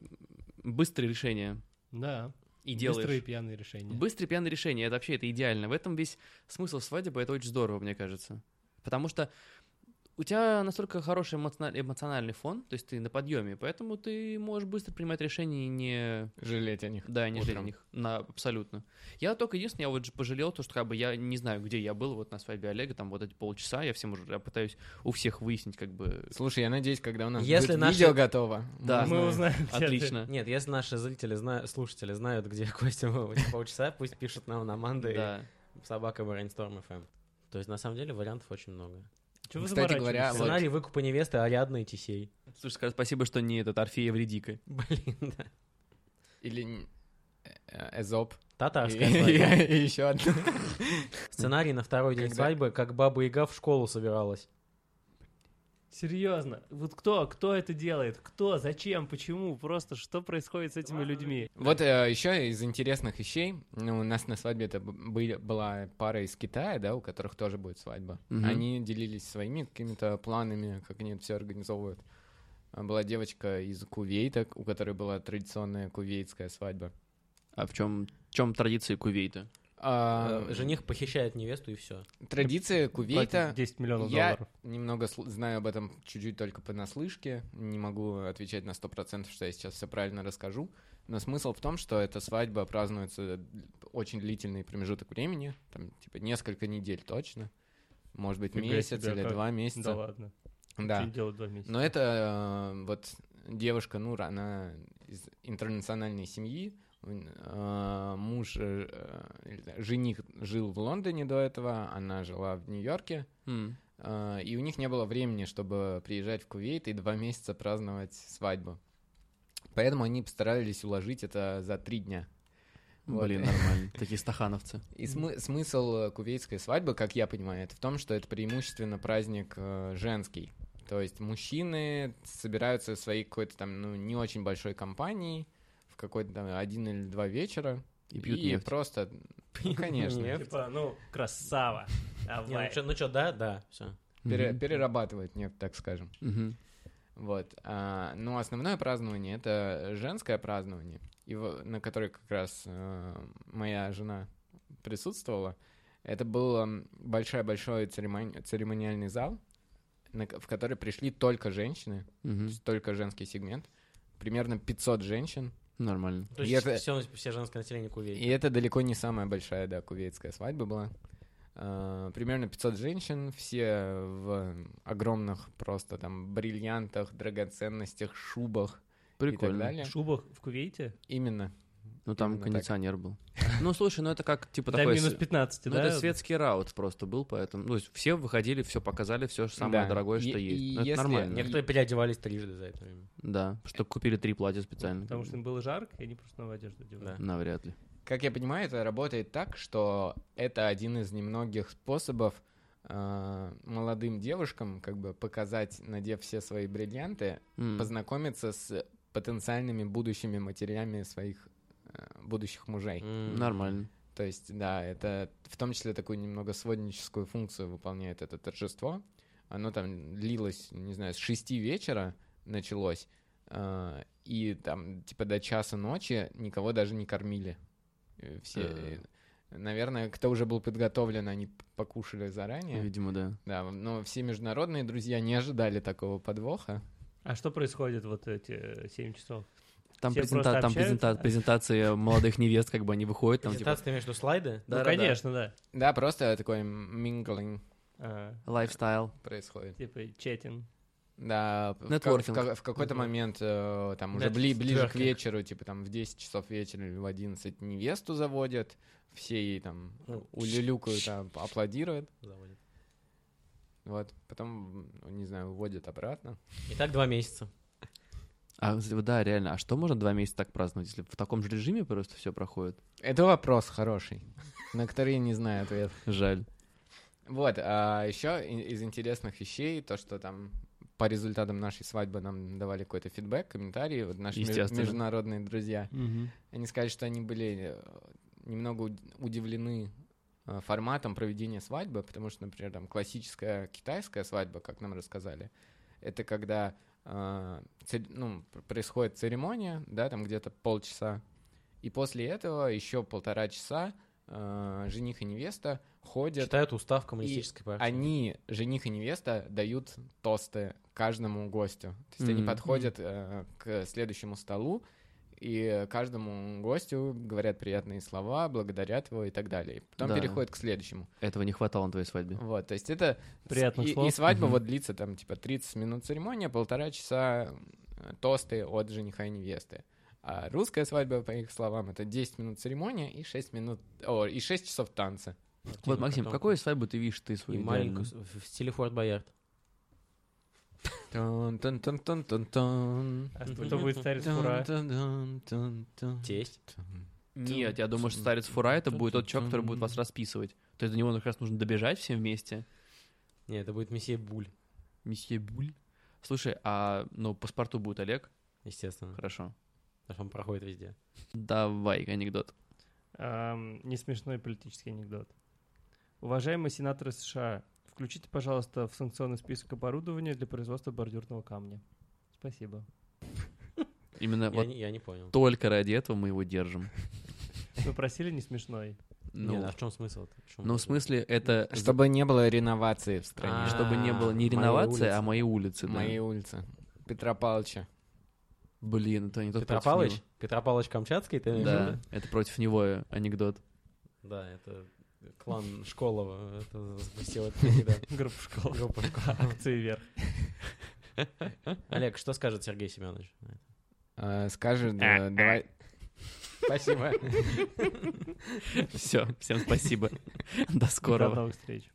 Speaker 1: быстрые решения
Speaker 3: Да.
Speaker 1: и делаешь.
Speaker 3: Быстрые пьяные решения.
Speaker 1: Быстрые пьяные решения, это вообще это идеально. В этом весь смысл свадьбы, это очень здорово, мне кажется. Потому что у тебя настолько хороший эмоциона- эмоциональный фон, то есть ты на подъеме, поэтому ты можешь быстро принимать решения и не...
Speaker 2: Жалеть о них.
Speaker 1: Да, не жалеть
Speaker 2: Утром.
Speaker 1: них. На, абсолютно. Я только единственное, я вот же пожалел, то, что как бы я не знаю, где я был вот на свадьбе Олега, там вот эти полчаса, я всем уже я пытаюсь у всех выяснить, как бы...
Speaker 2: Слушай, я надеюсь, когда у нас
Speaker 4: Если
Speaker 2: будет
Speaker 4: наши-
Speaker 2: видео готово.
Speaker 1: Да.
Speaker 3: Мы
Speaker 1: Знаю.
Speaker 3: узнаем. где ты.
Speaker 1: Отлично.
Speaker 4: Нет, если наши зрители, зна- слушатели знают, где Костя был эти полчаса, пусть пишут нам на Манды
Speaker 1: Да.
Speaker 4: собака Brainstorm FM. То есть, на самом деле, вариантов очень много.
Speaker 3: Чего вы
Speaker 2: Кстати говоря,
Speaker 1: А
Speaker 3: заморачиваетесь?
Speaker 2: вот-
Speaker 4: Сценарий выкупа невесты Ариадны и Тисей.
Speaker 1: Слушай, скажи спасибо, что не этот Орфея Вредика.
Speaker 4: Блин, да.
Speaker 2: Или н- э, Эзоп.
Speaker 4: Татарская свадьба.
Speaker 2: И еще одна.
Speaker 4: Сценарий на второй день
Speaker 2: Когда-
Speaker 4: свадьбы, как баба Яга в школу собиралась.
Speaker 3: Серьезно, вот кто, кто это делает? Кто, зачем, почему? Просто что происходит с этими людьми?
Speaker 2: Вот э, еще из интересных вещей, ну, у нас на свадьбе это б- были, была пара из Китая, да, у которых тоже будет свадьба.
Speaker 1: Мгм.
Speaker 2: Они делились своими какими-то планами, как они это все организовывают. А Была девочка из Кувейта, у которой была традиционная кувейтская свадьба.
Speaker 1: А в чем, в чем традиции Кувейта?
Speaker 2: А,
Speaker 4: Э, Жених похищает невесту и все.
Speaker 2: Традиция
Speaker 3: Платит
Speaker 2: Кувейта...
Speaker 3: 10 миллионов
Speaker 2: Я
Speaker 3: долларов.
Speaker 2: немного сл- знаю об этом чуть-чуть только понаслышке, не могу отвечать на сто процентов, что я сейчас все правильно расскажу, но смысл в том, что эта свадьба празднуется очень длительный промежуток времени, там типа несколько недель точно, может быть
Speaker 3: Фига
Speaker 2: месяц
Speaker 3: себе,
Speaker 2: или
Speaker 3: как?
Speaker 2: два
Speaker 3: Да
Speaker 2: месяца,
Speaker 3: ладно.
Speaker 2: да.
Speaker 3: Что делать два месяца?
Speaker 2: Но это э, вот девушка, ну, ра- она из интернациональной семьи. М, э, муж, э, э, жених жил в Лондоне до этого, она жила в Нью-Йорке.
Speaker 1: М.
Speaker 2: Э, И у них не было времени, чтобы приезжать в Кувейт и два месяца праздновать свадьбу. Поэтому они постарались уложить это за три дня. Вот.
Speaker 1: Блин, нормально. Такие стахановцы.
Speaker 2: И смы- смысл э, кувейтской свадьбы, как я понимаю, это в том, что это преимущественно праздник э, женский. То есть мужчины собираются в своей какой-то там, ну, не очень большой компании в какой-то там один или два вечера.
Speaker 1: И пьют нефть.
Speaker 2: просто, ну, конечно,
Speaker 4: Нефть.
Speaker 3: Типа, ну, красава.
Speaker 4: Не, ну
Speaker 3: Давай.
Speaker 4: чё- ну что, да, да, все.
Speaker 2: пере-
Speaker 1: Мгм.
Speaker 2: перерабатывают нефть, так скажем.
Speaker 1: Мгм.
Speaker 2: Вот. а, но основное празднование это женское празднование, и в- на которое как раз э, моя жена присутствовала. Это был м, большой-большой церемони- церемониальный зал, на ко- в который пришли только женщины, то
Speaker 1: Мгм.
Speaker 2: есть только женский сегмент, примерно 500 женщин.
Speaker 1: Нормально.
Speaker 4: То
Speaker 2: И
Speaker 4: есть
Speaker 2: это-
Speaker 4: все, все женское население
Speaker 2: И
Speaker 4: кувейки.
Speaker 2: это далеко не самая большая, да, кувейтская свадьба была. А, Примерно 500 женщин, все в огромных просто там бриллиантах, драгоценностях, шубах и так
Speaker 1: Прикольно.
Speaker 2: далее.
Speaker 3: В шубах в Кувейте?
Speaker 2: Именно.
Speaker 1: Ну там
Speaker 2: Именно так.
Speaker 1: кондиционер был. Ну слушай, ну это как типа
Speaker 3: До
Speaker 1: такой...
Speaker 3: минус
Speaker 1: с-
Speaker 3: 15,
Speaker 1: Ну,
Speaker 3: да?
Speaker 1: это светский раут просто был, поэтому... Ну, то есть все выходили, все показали, все самое
Speaker 2: Да.
Speaker 1: дорогое,
Speaker 2: И-
Speaker 1: что
Speaker 2: и
Speaker 1: есть. Ну, это
Speaker 2: если-
Speaker 1: нормально.
Speaker 2: Нет.
Speaker 4: Некоторые переодевались трижды за это время.
Speaker 1: Да, что купили три платья специально.
Speaker 3: Потому что им было жарко, и они просто новую одежду одевали.
Speaker 4: Да.
Speaker 1: Навряд ли.
Speaker 2: Как я понимаю, это работает так, что это один из немногих способов а, молодым девушкам как бы показать, надев все свои бриллианты,
Speaker 1: М.
Speaker 2: познакомиться с потенциальными будущими матерями своих э, будущих мужей.
Speaker 4: М.
Speaker 1: Нормально.
Speaker 2: То есть, да, это в том числе такую немного сводническую функцию выполняет это торжество. Оно там длилось, не знаю, с шести вечера началось, э, и там типа до часа ночи никого даже не кормили. Э, Все,
Speaker 1: Э.
Speaker 2: э, наверное, кто уже был подготовлен, они п- покушали заранее.
Speaker 1: Видимо, да.
Speaker 2: Да, но все международные друзья не ожидали такого подвоха.
Speaker 3: А что происходит вот эти 7 часов?
Speaker 1: Там,
Speaker 3: Все
Speaker 1: презента-
Speaker 3: просто
Speaker 1: там
Speaker 3: общаются.
Speaker 1: презента- презентация молодых невест, как бы они выходят, там типа...
Speaker 4: Презентация между слайды?
Speaker 1: Да,
Speaker 3: ну,
Speaker 1: да, да.
Speaker 3: конечно, да.
Speaker 2: Да, просто такой минглинг
Speaker 3: А,
Speaker 1: Лайфстайл.
Speaker 2: происходит.
Speaker 3: типа чатинг.
Speaker 2: Да, в, ка- в,
Speaker 1: Нетворкинг.
Speaker 2: ка- в какой-то
Speaker 4: Мгм.
Speaker 2: момент э, там уже
Speaker 4: Да,
Speaker 2: бли-
Speaker 4: тв-
Speaker 2: ближе к
Speaker 4: тверкинг.
Speaker 2: вечеру, типа там в 10 часов вечера или в 11 невесту заводят, все ей там
Speaker 4: Ну,
Speaker 2: улюлюкают, там, аплодируют,
Speaker 4: заводят.
Speaker 2: вот, потом, м, не знаю, уводят обратно.
Speaker 4: И так два месяца.
Speaker 1: А, з- да, реально, а что можно два месяца так праздновать, если в таком же режиме просто все проходит?
Speaker 2: Это вопрос хороший, на который я не знаю ответ.
Speaker 1: Жаль.
Speaker 2: Вот, а еще из интересных вещей, то, что там по результатам нашей свадьбы нам давали какой-то фидбэк, комментарии, вот наши меж-
Speaker 1: Естественно.
Speaker 2: международные друзья. Они сказали, что они были э, немного уд- удивлены э, форматом проведения свадьбы, потому что, например, там классическая китайская свадьба, как нам рассказали, это когда э, цер- ну, пр- происходит церемония, да, там где-то полчаса, и после этого еще полтора часа э, жених и невеста ходят
Speaker 4: Читают устав коммунистической партии.
Speaker 2: они, жених и невеста, дают тосты каждому гостю. То есть они
Speaker 1: Мгм.
Speaker 2: подходят э, к следующему столу, и каждому гостю говорят приятные слова, благодарят его и так далее. И Потом
Speaker 1: Да.
Speaker 2: переходят к следующему.
Speaker 1: Этого не хватало на твоей свадьбе.
Speaker 2: Вот, то есть это... с-
Speaker 3: Приятных
Speaker 2: и, и
Speaker 3: слов.
Speaker 2: свадьба
Speaker 1: Мгм.
Speaker 2: вот длится там типа 30 минут церемония, полтора часа э, тосты от жениха и невесты. А русская свадьба, по их словам, это 10 минут церемония и 6 минут... О, и 6 часов танца.
Speaker 1: Вот, Максим,
Speaker 4: Типа, Потом-
Speaker 1: какую свадьбу ты видишь ты
Speaker 4: И
Speaker 1: свою
Speaker 4: маленькую
Speaker 1: идеальную?
Speaker 4: с- в в стиле Форт Боярд.
Speaker 2: Тун-тун-тун-тун-тун-тун.
Speaker 3: А что- кто будет старец Фура?
Speaker 4: Тесть.
Speaker 1: Нет, я думаю, что старец Фура это будет тот человек, который будет вас расписывать. То есть до него как раз нужно добежать всем вместе.
Speaker 4: Нет, это будет месье Буль,
Speaker 1: Месье Буль. Слушай, а ну паспорту будет Олег?
Speaker 4: естественно.
Speaker 1: Хорошо.
Speaker 4: Потому что он проходит везде.
Speaker 1: Давай анекдот.
Speaker 3: Ам, не смешной политический анекдот. Уважаемые сенаторы США, включите, пожалуйста, в санкционный список оборудования для производства бордюрного камня. Спасибо.
Speaker 1: Именно
Speaker 4: Я,
Speaker 1: вот
Speaker 4: не, я не понял.
Speaker 1: только ради этого мы его держим.
Speaker 3: Вы просили не смешной.
Speaker 1: Ну,
Speaker 4: Нет, а в чем смысл?
Speaker 1: ну, в смысле, это чтобы,
Speaker 2: Чтобы не было реновации в стране.
Speaker 4: А,
Speaker 1: чтобы не было не
Speaker 4: мои
Speaker 1: реновации, а
Speaker 4: улицы.
Speaker 1: мои улицы. да.
Speaker 2: Мои улицы. Петра Павловича.
Speaker 1: Блин, это не тот против
Speaker 4: Петропавлович?
Speaker 1: него.
Speaker 4: Петропавлович Камчатский? Ты имеешь в
Speaker 1: Да,
Speaker 4: виду?
Speaker 1: это против него анекдот.
Speaker 4: Да, это клан Школова. Это запустил этот анекдот.
Speaker 3: Группа школ.
Speaker 4: Группа Школова.
Speaker 3: Акции вверх.
Speaker 4: Олег, что скажет Сергей Семенович?
Speaker 2: А, Скажет, э, давай... Спасибо.
Speaker 1: Все, всем спасибо. До
Speaker 3: До
Speaker 1: скорого.
Speaker 3: новых встреч.